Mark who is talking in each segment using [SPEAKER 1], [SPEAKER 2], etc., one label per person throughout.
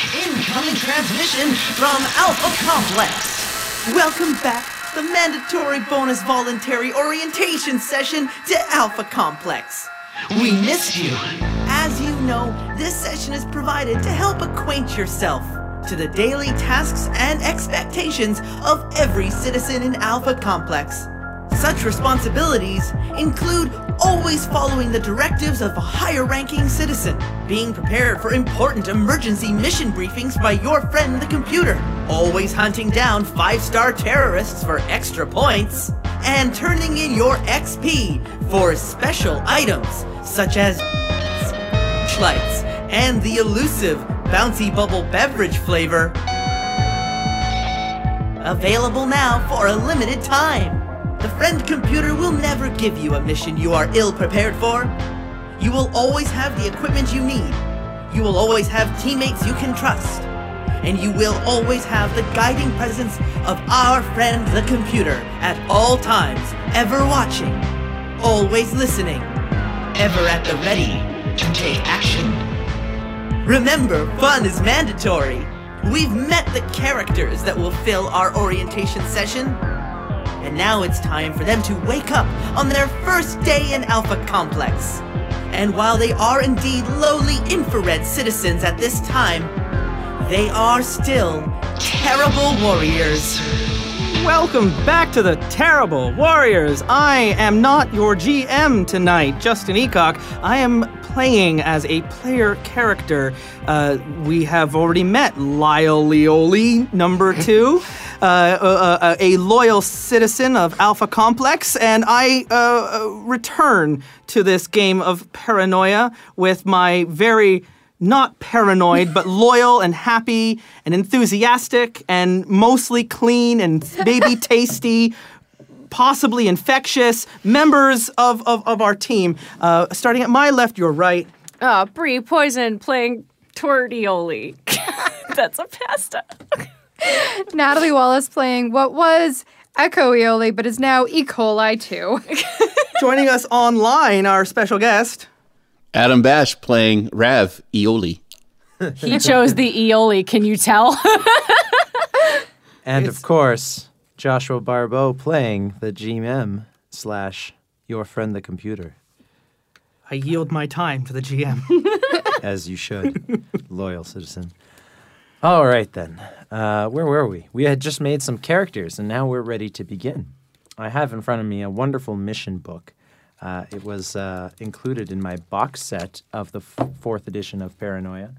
[SPEAKER 1] Incoming transmission from Alpha Complex.
[SPEAKER 2] Welcome back. The mandatory bonus voluntary orientation session to Alpha Complex.
[SPEAKER 1] We missed you.
[SPEAKER 2] As you know, this session is provided to help acquaint yourself to the daily tasks and expectations of every citizen in Alpha Complex. Such responsibilities include always following the directives of a higher ranking citizen, being prepared for important emergency mission briefings by your friend the computer, always hunting down five star terrorists for extra points, and turning in your XP for special items such as lights and the elusive bouncy bubble beverage flavor. Available now for a limited time. The friend computer will never give you a mission you are ill prepared for. You will always have the equipment you need. You will always have teammates you can trust. And you will always have the guiding presence of our friend the computer at all times, ever watching, always listening,
[SPEAKER 1] ever at the ready to take action.
[SPEAKER 2] Remember, fun is mandatory. We've met the characters that will fill our orientation session. And now it's time for them to wake up on their first day in Alpha Complex. And while they are indeed lowly infrared citizens at this time, they are still terrible warriors.
[SPEAKER 3] Welcome back to the Terrible Warriors. I am not your GM tonight, Justin Eacock. I am playing as a player character. Uh, we have already met Lyle Leoli, number two. Uh, uh, a loyal citizen of Alpha Complex, and I uh, return to this game of paranoia with my very not paranoid, but loyal and happy and enthusiastic and mostly clean and baby tasty, possibly infectious members of, of, of our team. Uh, starting at my left, your right.
[SPEAKER 4] Uh, Brie Poison playing tortioli. That's a pasta.
[SPEAKER 5] Natalie Wallace playing what was Echoioli, but is now E. coli too.
[SPEAKER 3] Joining us online, our special guest.
[SPEAKER 6] Adam Bash playing Rav Eoli.
[SPEAKER 4] He chose the Eoli, can you tell?
[SPEAKER 7] and it's... of course, Joshua Barbeau playing the GM slash your friend the computer.
[SPEAKER 3] I yield my time to the GM.
[SPEAKER 7] As you should, loyal citizen. All right then. Uh, where were we? We had just made some characters and now we're ready to begin. I have in front of me a wonderful mission book. Uh, it was uh, included in my box set of the f- fourth edition of Paranoia.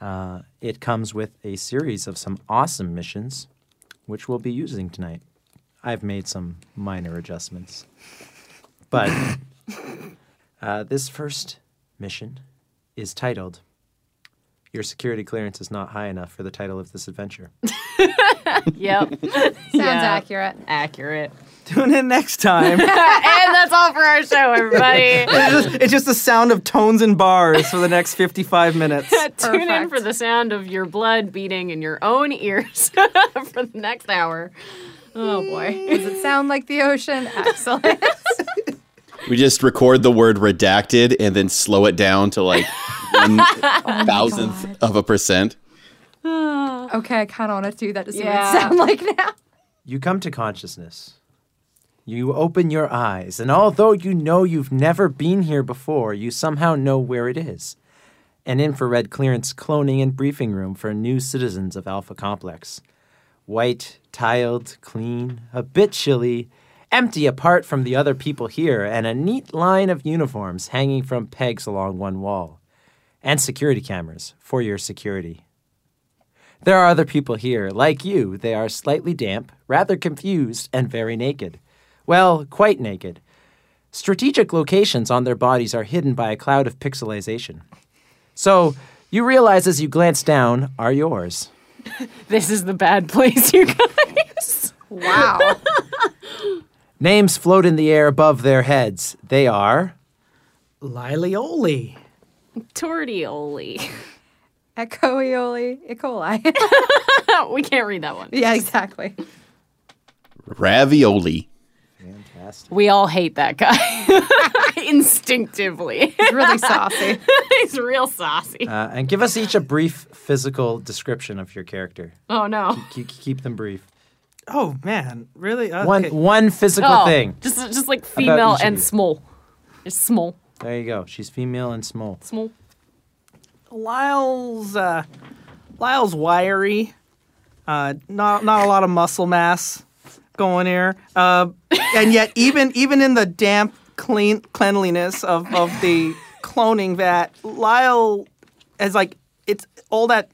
[SPEAKER 7] Uh, it comes with a series of some awesome missions, which we'll be using tonight. I've made some minor adjustments. But uh, this first mission is titled Your Security Clearance is Not High Enough for the Title of This Adventure.
[SPEAKER 4] yep.
[SPEAKER 5] Sounds
[SPEAKER 4] yeah.
[SPEAKER 5] accurate.
[SPEAKER 4] Accurate.
[SPEAKER 3] Tune in next time.
[SPEAKER 4] and that's all for our show, everybody.
[SPEAKER 3] it's, just, it's, just, the sound of tones and bars for the next 55 minutes.
[SPEAKER 4] Tune Perfect. in for the sound of your blood beating in your own ears for the next hour. Oh, boy.
[SPEAKER 5] Does it sound like the ocean? Excellent.
[SPEAKER 6] we just record the word redacted and then slow it down to like one oh thousandth of a percent.
[SPEAKER 5] okay, I kind of want to do that to see yeah. what it sounds like now.
[SPEAKER 7] You come to consciousness. You open your eyes, and although you know you've never been here before, you somehow know where it is. An infrared clearance cloning and briefing room for new citizens of Alpha Complex. White, tiled, clean, a bit chilly, empty apart from the other people here, and a neat line of uniforms hanging from pegs along one wall. And security cameras for your security. There are other people here, like you. They are slightly damp, rather confused, and very naked. Well, quite naked. Strategic locations on their bodies are hidden by a cloud of pixelization. So, you realize as you glance down are yours.
[SPEAKER 4] this is the bad place, you guys.
[SPEAKER 5] Wow.
[SPEAKER 7] Names float in the air above their heads. They are
[SPEAKER 3] Lilioli,
[SPEAKER 4] Tortioli,
[SPEAKER 5] Echoioli, E.
[SPEAKER 4] coli. we can't read that one.
[SPEAKER 5] Yeah, exactly.
[SPEAKER 6] Ravioli.
[SPEAKER 7] Nasty.
[SPEAKER 4] We all hate that guy instinctively.
[SPEAKER 5] It's really saucy.
[SPEAKER 4] He's real saucy.
[SPEAKER 7] Uh, and give us each a brief physical description of your character.
[SPEAKER 4] Oh no.
[SPEAKER 7] Keep, keep them brief.
[SPEAKER 3] Oh man, really? Okay.
[SPEAKER 7] One one physical
[SPEAKER 4] Oh,
[SPEAKER 7] thing.
[SPEAKER 4] Just just like female
[SPEAKER 7] each of
[SPEAKER 4] and
[SPEAKER 7] you?
[SPEAKER 4] small. Just small.
[SPEAKER 7] There you go. She's female and small.
[SPEAKER 4] Small.
[SPEAKER 3] Lyle's uh, Lyle's wiry. Uh, not not a lot of muscle mass going here, uh, and yet even even in the damp clean cleanliness of of the cloning vat, Lyle has like it's all that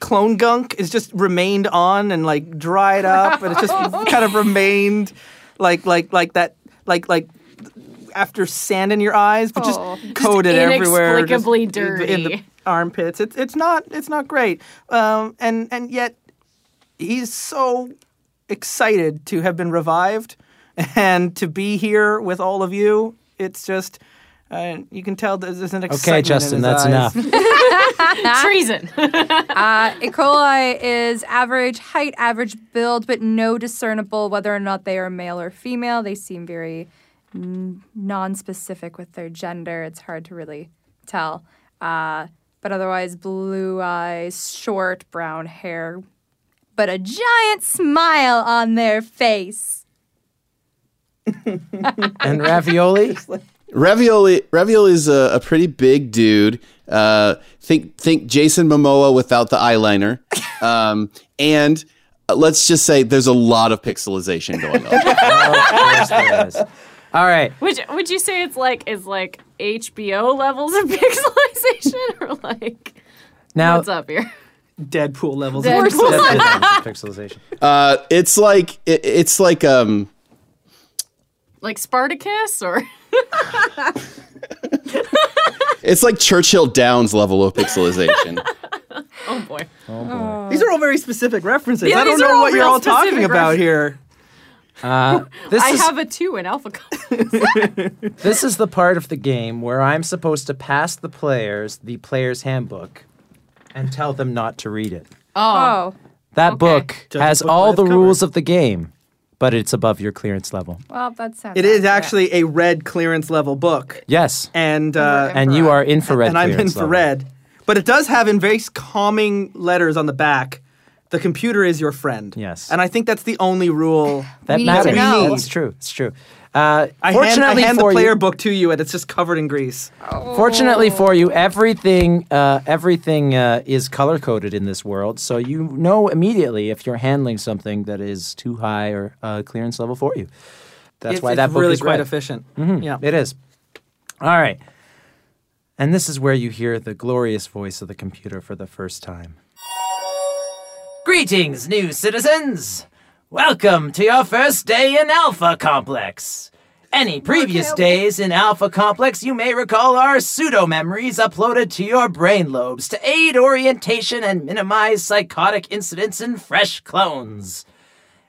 [SPEAKER 3] clone gunk is just remained on and like dried up, and it's just kind of remained like like like that like like after sand in your eyes, but just
[SPEAKER 5] Aw.
[SPEAKER 3] coated everywhere, just
[SPEAKER 4] Oh, inexplicably
[SPEAKER 3] in the- in the
[SPEAKER 4] dirty.
[SPEAKER 3] armpits. It's it's not it's not great. Um, and and yet he's so excited to have been revived and to be here with all of you. It's just. Uh, you can tell there's there's an excitement.
[SPEAKER 7] Okay, Justin,
[SPEAKER 3] in his
[SPEAKER 7] that's
[SPEAKER 3] eyes.
[SPEAKER 7] enough.
[SPEAKER 4] Treason.
[SPEAKER 5] Uh, e. coli is average height, average build, but no discernible whether or not they are male or female. They seem very n- non-specific with their gender. It's hard to really tell. Uh, but otherwise, blue eyes, short brown hair, but a giant smile on their face.
[SPEAKER 7] And ravioli.
[SPEAKER 6] Ravioli Ravioli is a, a pretty big dude. Uh, think think Jason Momoa without the eyeliner, um, and uh, let's just say there's a lot of pixelization going on.
[SPEAKER 7] Yes, there is. All right.
[SPEAKER 4] Would you, would you say it's like is like HBO levels of pixelization or like
[SPEAKER 7] Now
[SPEAKER 4] what's up here?
[SPEAKER 3] Deadpool levels.
[SPEAKER 4] Deadpool.
[SPEAKER 7] That's the difference in pixelization.
[SPEAKER 6] uh, it's like it, it's like um,
[SPEAKER 4] Like Spartacus or
[SPEAKER 6] it's like Churchill Downs level of pixelization.
[SPEAKER 4] oh boy.
[SPEAKER 3] These are all very specific references.
[SPEAKER 4] Yeah,
[SPEAKER 3] I don't
[SPEAKER 4] these are
[SPEAKER 3] know
[SPEAKER 4] all
[SPEAKER 3] what you're
[SPEAKER 4] real
[SPEAKER 3] all talking
[SPEAKER 4] specific
[SPEAKER 3] about
[SPEAKER 4] references.
[SPEAKER 3] here.
[SPEAKER 7] Uh, this
[SPEAKER 4] I
[SPEAKER 7] is
[SPEAKER 4] have a two in alpha. Col-
[SPEAKER 7] this is the part of the game where I'm supposed to pass the players the player's handbook and tell them not to read it.
[SPEAKER 4] oh.
[SPEAKER 5] Oh,
[SPEAKER 7] That book
[SPEAKER 3] Judge
[SPEAKER 7] has
[SPEAKER 3] the book by
[SPEAKER 7] all
[SPEAKER 3] its
[SPEAKER 7] the
[SPEAKER 3] cover.
[SPEAKER 7] rules of the game, but it's above your clearance level.
[SPEAKER 5] well, that sounds.
[SPEAKER 3] It is
[SPEAKER 5] accurate.
[SPEAKER 3] actually a red clearance level book,
[SPEAKER 7] Yes.
[SPEAKER 3] and uh,
[SPEAKER 7] And you are infrared.
[SPEAKER 3] and I'm
[SPEAKER 7] clearance level.
[SPEAKER 3] infrared. But it does have in very calming letters on the back. The computer is your friend.
[SPEAKER 7] Yes.
[SPEAKER 3] And I think that's the only rule.
[SPEAKER 7] That
[SPEAKER 5] We need to
[SPEAKER 7] matters.
[SPEAKER 5] know.
[SPEAKER 7] That's true. It's true. Uh,
[SPEAKER 3] I hand, I
[SPEAKER 7] fortunately
[SPEAKER 3] hand the
[SPEAKER 7] for
[SPEAKER 3] player
[SPEAKER 7] you,
[SPEAKER 3] book to you, and it's just covered in grease.
[SPEAKER 7] fortunately for you, everything uh, everything uh, is color coded in this world, so you know immediately if you're handling something that is too high or uh, clearance level for you. That's
[SPEAKER 3] It's-
[SPEAKER 7] why
[SPEAKER 3] it's
[SPEAKER 7] that book
[SPEAKER 3] really
[SPEAKER 7] is
[SPEAKER 3] quite
[SPEAKER 7] red. Mm-hmm.
[SPEAKER 3] efficient. Yeah.
[SPEAKER 7] It is. All right. And this is where you hear the glorious voice of the computer for the first time. Greetings, new citizens! Welcome to your first day in Alpha Complex. Any previous days in Alpha Complex you may recall are pseudo memories uploaded to your brain lobes to aid orientation and minimize psychotic incidents in fresh clones.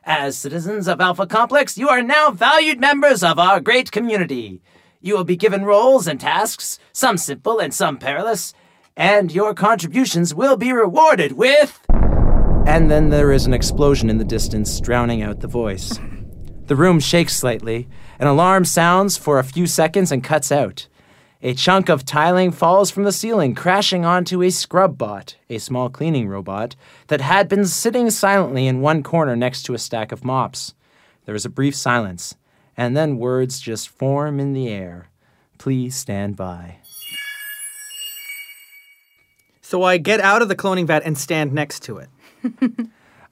[SPEAKER 7] As citizens of Alpha Complex, you are now valued members of our great community. You will be given roles and tasks, some simple and some perilous, and your contributions will be rewarded with. And then there is an explosion in the distance, drowning out the voice. The room shakes slightly. An alarm sounds for a few seconds and cuts out. A chunk of tiling falls from the ceiling, crashing onto a scrub bot, a small cleaning robot, that had been sitting silently in one corner next to a stack of mops. There is a brief silence, and then words just form in the air. Please stand by.
[SPEAKER 3] So I get out of the cloning vat and stand next to it.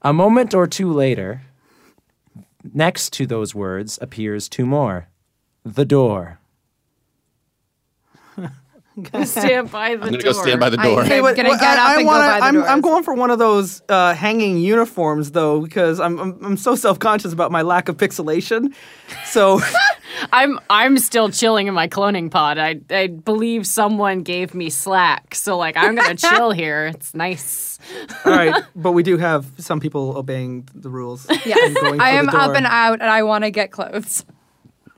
[SPEAKER 7] A moment or two later, next to those words appears two more the door.
[SPEAKER 4] stand by the door.
[SPEAKER 6] I'm gonna go stand by the
[SPEAKER 5] I-
[SPEAKER 6] door.
[SPEAKER 5] Hey,
[SPEAKER 3] what-
[SPEAKER 5] gonna
[SPEAKER 3] what-
[SPEAKER 5] get up
[SPEAKER 3] I, I
[SPEAKER 5] and go
[SPEAKER 3] wanna-
[SPEAKER 5] by the
[SPEAKER 3] I'm, I'm
[SPEAKER 5] doors.
[SPEAKER 3] going for one of those uh, hanging uniforms though, because I'm I'm, I'm so self conscious about my lack of pixelation. So
[SPEAKER 4] I'm I'm still chilling in my cloning pod. I I believe someone gave me slack, so like I'm gonna chill here. It's nice.
[SPEAKER 3] all right, but we do have some people obeying the rules. Yeah,
[SPEAKER 5] I am up and out, and I want to get clothes.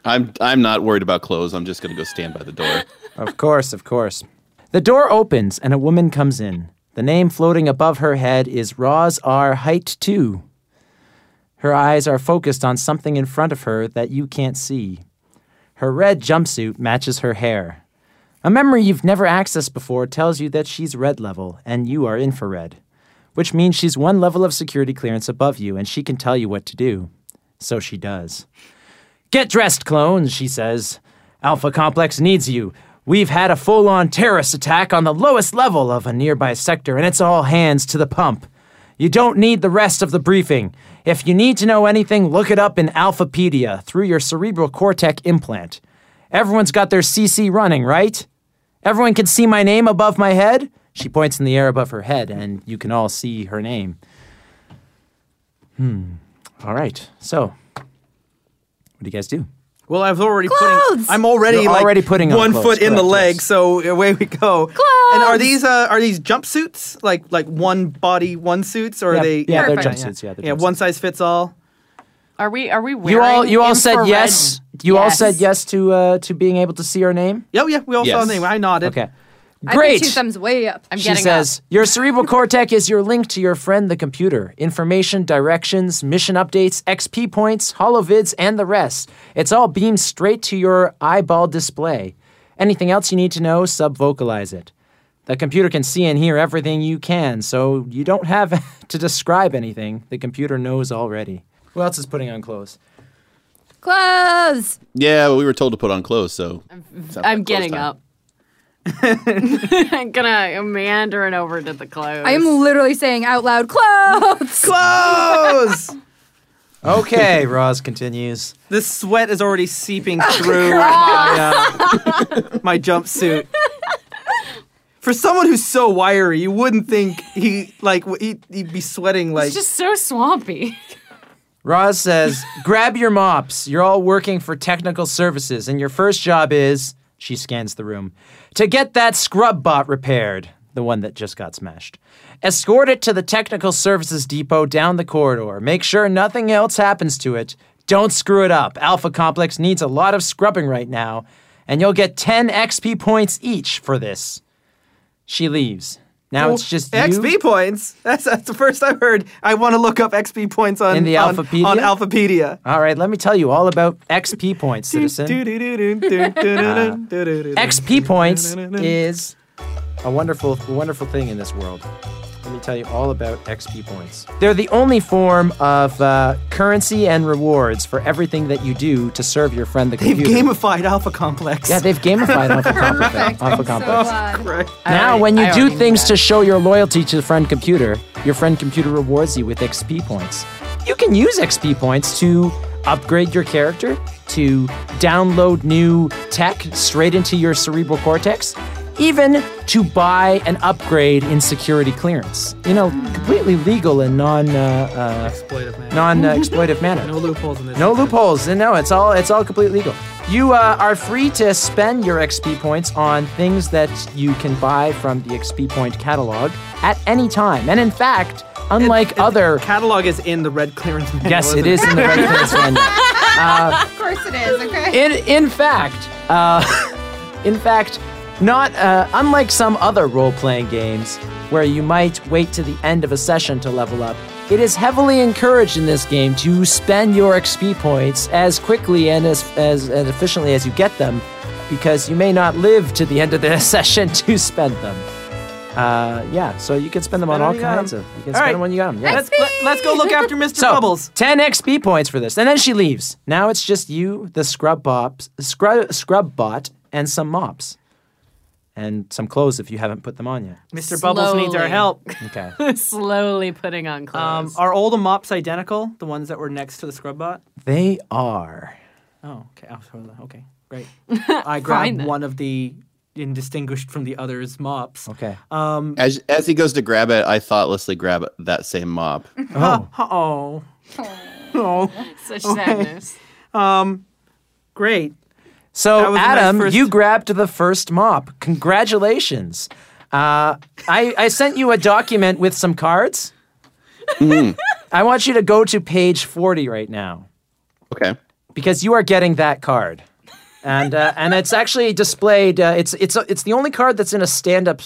[SPEAKER 6] I'm I'm not worried about clothes. I'm just gonna go stand by the door.
[SPEAKER 7] Of course, of course. The door opens and a woman comes in. The name floating above her head is Roz R. Height 2. Her eyes are focused on something in front of her that you can't see. Her red jumpsuit matches her hair. A memory you've never accessed before tells you that she's red level and you are infrared, which means she's one level of security clearance above you and she can tell you what to do. So she does. Get dressed, clones, she says. Alpha Complex needs you. We've had a full on terrorist attack on the lowest level of a nearby sector, and it's all hands to the pump. You don't need the rest of the briefing. If you need to know anything, look it up in Alphapedia through your cerebral cortex implant. Everyone's got their CC running, right? Everyone can see my name above my head? She points in the air above her head, and you can all see her name. Hmm. All right. So, what do you guys do?
[SPEAKER 3] Well, I've already
[SPEAKER 5] Clothes!
[SPEAKER 3] putting. I'm already
[SPEAKER 7] You're
[SPEAKER 3] like
[SPEAKER 7] already putting on
[SPEAKER 3] one
[SPEAKER 7] clothes,
[SPEAKER 3] foot in the
[SPEAKER 7] correct,
[SPEAKER 3] leg,
[SPEAKER 7] yes.
[SPEAKER 3] so away we go. And are these uh, are these jumpsuits like like one body one suits or
[SPEAKER 7] Yeah,
[SPEAKER 3] are they?
[SPEAKER 7] yeah, they're
[SPEAKER 5] Perfect.
[SPEAKER 7] jumpsuits. Yeah, they're
[SPEAKER 3] yeah, one
[SPEAKER 7] jumpsuits.
[SPEAKER 3] size fits all.
[SPEAKER 4] Are we? Are we wearing?
[SPEAKER 7] You all, you all said
[SPEAKER 4] infrared?
[SPEAKER 7] yes. You all
[SPEAKER 4] Yes.
[SPEAKER 7] said yes to uh, to being able to see her name.
[SPEAKER 3] Yeah, Oh, yeah, we all saw
[SPEAKER 6] Yes.
[SPEAKER 3] the name. I nodded.
[SPEAKER 7] Okay,
[SPEAKER 5] I
[SPEAKER 7] great.
[SPEAKER 5] put two thumbs way up.
[SPEAKER 4] I'm
[SPEAKER 7] she
[SPEAKER 4] getting
[SPEAKER 7] says,
[SPEAKER 4] up.
[SPEAKER 7] Your cerebral cortex is your link to your friend, the computer. Information, directions, mission updates, XP points, holovids, and the rest. It's all beamed straight to your eyeball display. Anything else you need to know, sub vocalize it. The computer can see and hear everything you can, so you don't have to describe anything. The computer knows already. Who else is putting on clothes?
[SPEAKER 5] Clothes.
[SPEAKER 6] Yeah, we were told to put on clothes, so sounds like
[SPEAKER 4] I'm
[SPEAKER 6] clothes
[SPEAKER 4] getting
[SPEAKER 6] time.
[SPEAKER 4] up. I'm gonna meandering over to the clothes.
[SPEAKER 5] I am literally saying out loud, clothes.
[SPEAKER 3] Clothes.
[SPEAKER 7] Okay, Roz continues.
[SPEAKER 3] the sweat is already seeping
[SPEAKER 7] Oh,
[SPEAKER 3] through my, uh, my jumpsuit. For someone who's so wiry, you wouldn't think he like w- he'd, he'd be sweating like.
[SPEAKER 4] It's just so swampy.
[SPEAKER 7] Roz says, grab your mops. You're all working for technical services, and your first job is, she scans the room, to get that scrub bot repaired, the one that just got smashed. Escort it to the technical services depot down the corridor. Make sure nothing else happens to it. Don't screw it up. Alpha Complex needs a lot of scrubbing right now, and you'll get 10 XP points each for this. She leaves. Now it's just you.
[SPEAKER 3] XP points. That's, that's the first I've heard. I want to look up XP points on
[SPEAKER 7] In the
[SPEAKER 3] on,
[SPEAKER 7] Alphapedia?
[SPEAKER 3] on Alphapedia.
[SPEAKER 7] All right, let me tell you all about XP points, citizen. Uh, XP points is a wonderful, wonderful thing in this world. Let me tell you all about XP points. They're the only form of uh, currency and rewards for everything that you do to serve your friend the
[SPEAKER 3] They've
[SPEAKER 7] computer.
[SPEAKER 3] gamified Alpha Complex.
[SPEAKER 7] yeah, they've gamified Alpha Complex.
[SPEAKER 5] So
[SPEAKER 7] Alpha Complex.
[SPEAKER 5] glad.
[SPEAKER 3] Right.
[SPEAKER 7] Now, when you
[SPEAKER 4] I
[SPEAKER 7] do
[SPEAKER 4] already knew
[SPEAKER 7] things
[SPEAKER 4] that.
[SPEAKER 7] to show your loyalty to the friend computer, your friend computer rewards you with XP points. You can use XP points to upgrade your character, to download new tech straight into your cerebral cortex, even to buy an upgrade in security clearance. You know, completely legal and non uh,
[SPEAKER 3] Exploitive man.
[SPEAKER 7] uh, non uh, exploitive manner.
[SPEAKER 3] No loopholes in this.
[SPEAKER 7] No loopholes. No, it's all it's all complete legal. You uh, are free to spend your XP points on things that you can buy from the XP point catalog at any time. And in fact, unlike other,
[SPEAKER 3] Catalog is in the red clearance manual.
[SPEAKER 7] yes, it
[SPEAKER 3] isn't
[SPEAKER 7] is in the red clearance manual.
[SPEAKER 5] Of course it is, okay?
[SPEAKER 7] In in fact, uh, in fact, not uh, unlike some other role-playing games where you might wait to the end of a session to level up. It is heavily encouraged in this game to spend your XP points as quickly and as as, as efficiently as you get them, because you may not live to the end of the session to spend them. Uh, yeah, so you can spend them on
[SPEAKER 3] Spend
[SPEAKER 7] all
[SPEAKER 3] when you got
[SPEAKER 7] kinds
[SPEAKER 3] 'em.
[SPEAKER 7] of. You can
[SPEAKER 3] All
[SPEAKER 7] spend
[SPEAKER 3] right.
[SPEAKER 7] them when you got them. Yeah.
[SPEAKER 3] Let's, let, let's go look after Mr.
[SPEAKER 7] So,
[SPEAKER 3] Bubbles.
[SPEAKER 7] 10 XP points for this. And then she leaves. Now it's just you, the scrub bops, scrub, scrub bot, and some mops. And some clothes if you haven't put them on yet.
[SPEAKER 3] Mr. Bubbles needs our
[SPEAKER 4] Slowly.
[SPEAKER 3] help.
[SPEAKER 7] Okay.
[SPEAKER 4] Slowly putting on
[SPEAKER 3] Um,
[SPEAKER 4] clothes.
[SPEAKER 3] are all the mops identical? The ones that were next to the scrub bot?
[SPEAKER 7] they are.
[SPEAKER 3] Oh, okay. I'll throw that- Okay, great. I grabbed
[SPEAKER 4] then.
[SPEAKER 3] one of the indistinguished from the others mops.
[SPEAKER 7] Okay.
[SPEAKER 6] As as he goes to grab it, I thoughtlessly grab that same mop.
[SPEAKER 7] oh.
[SPEAKER 3] Uh-oh. Oh,
[SPEAKER 4] Such sadness.
[SPEAKER 3] great. That
[SPEAKER 7] So,
[SPEAKER 3] was my
[SPEAKER 7] Adam,
[SPEAKER 3] first-
[SPEAKER 7] you grabbed the first mop. Congratulations. Uh, I, I sent you a document with some cards. I want you to go to page 40 right now.
[SPEAKER 6] Okay.
[SPEAKER 7] because you are getting that card, and uh, and it's actually displayed. Uh, it's it's it's the only card that's in a stand up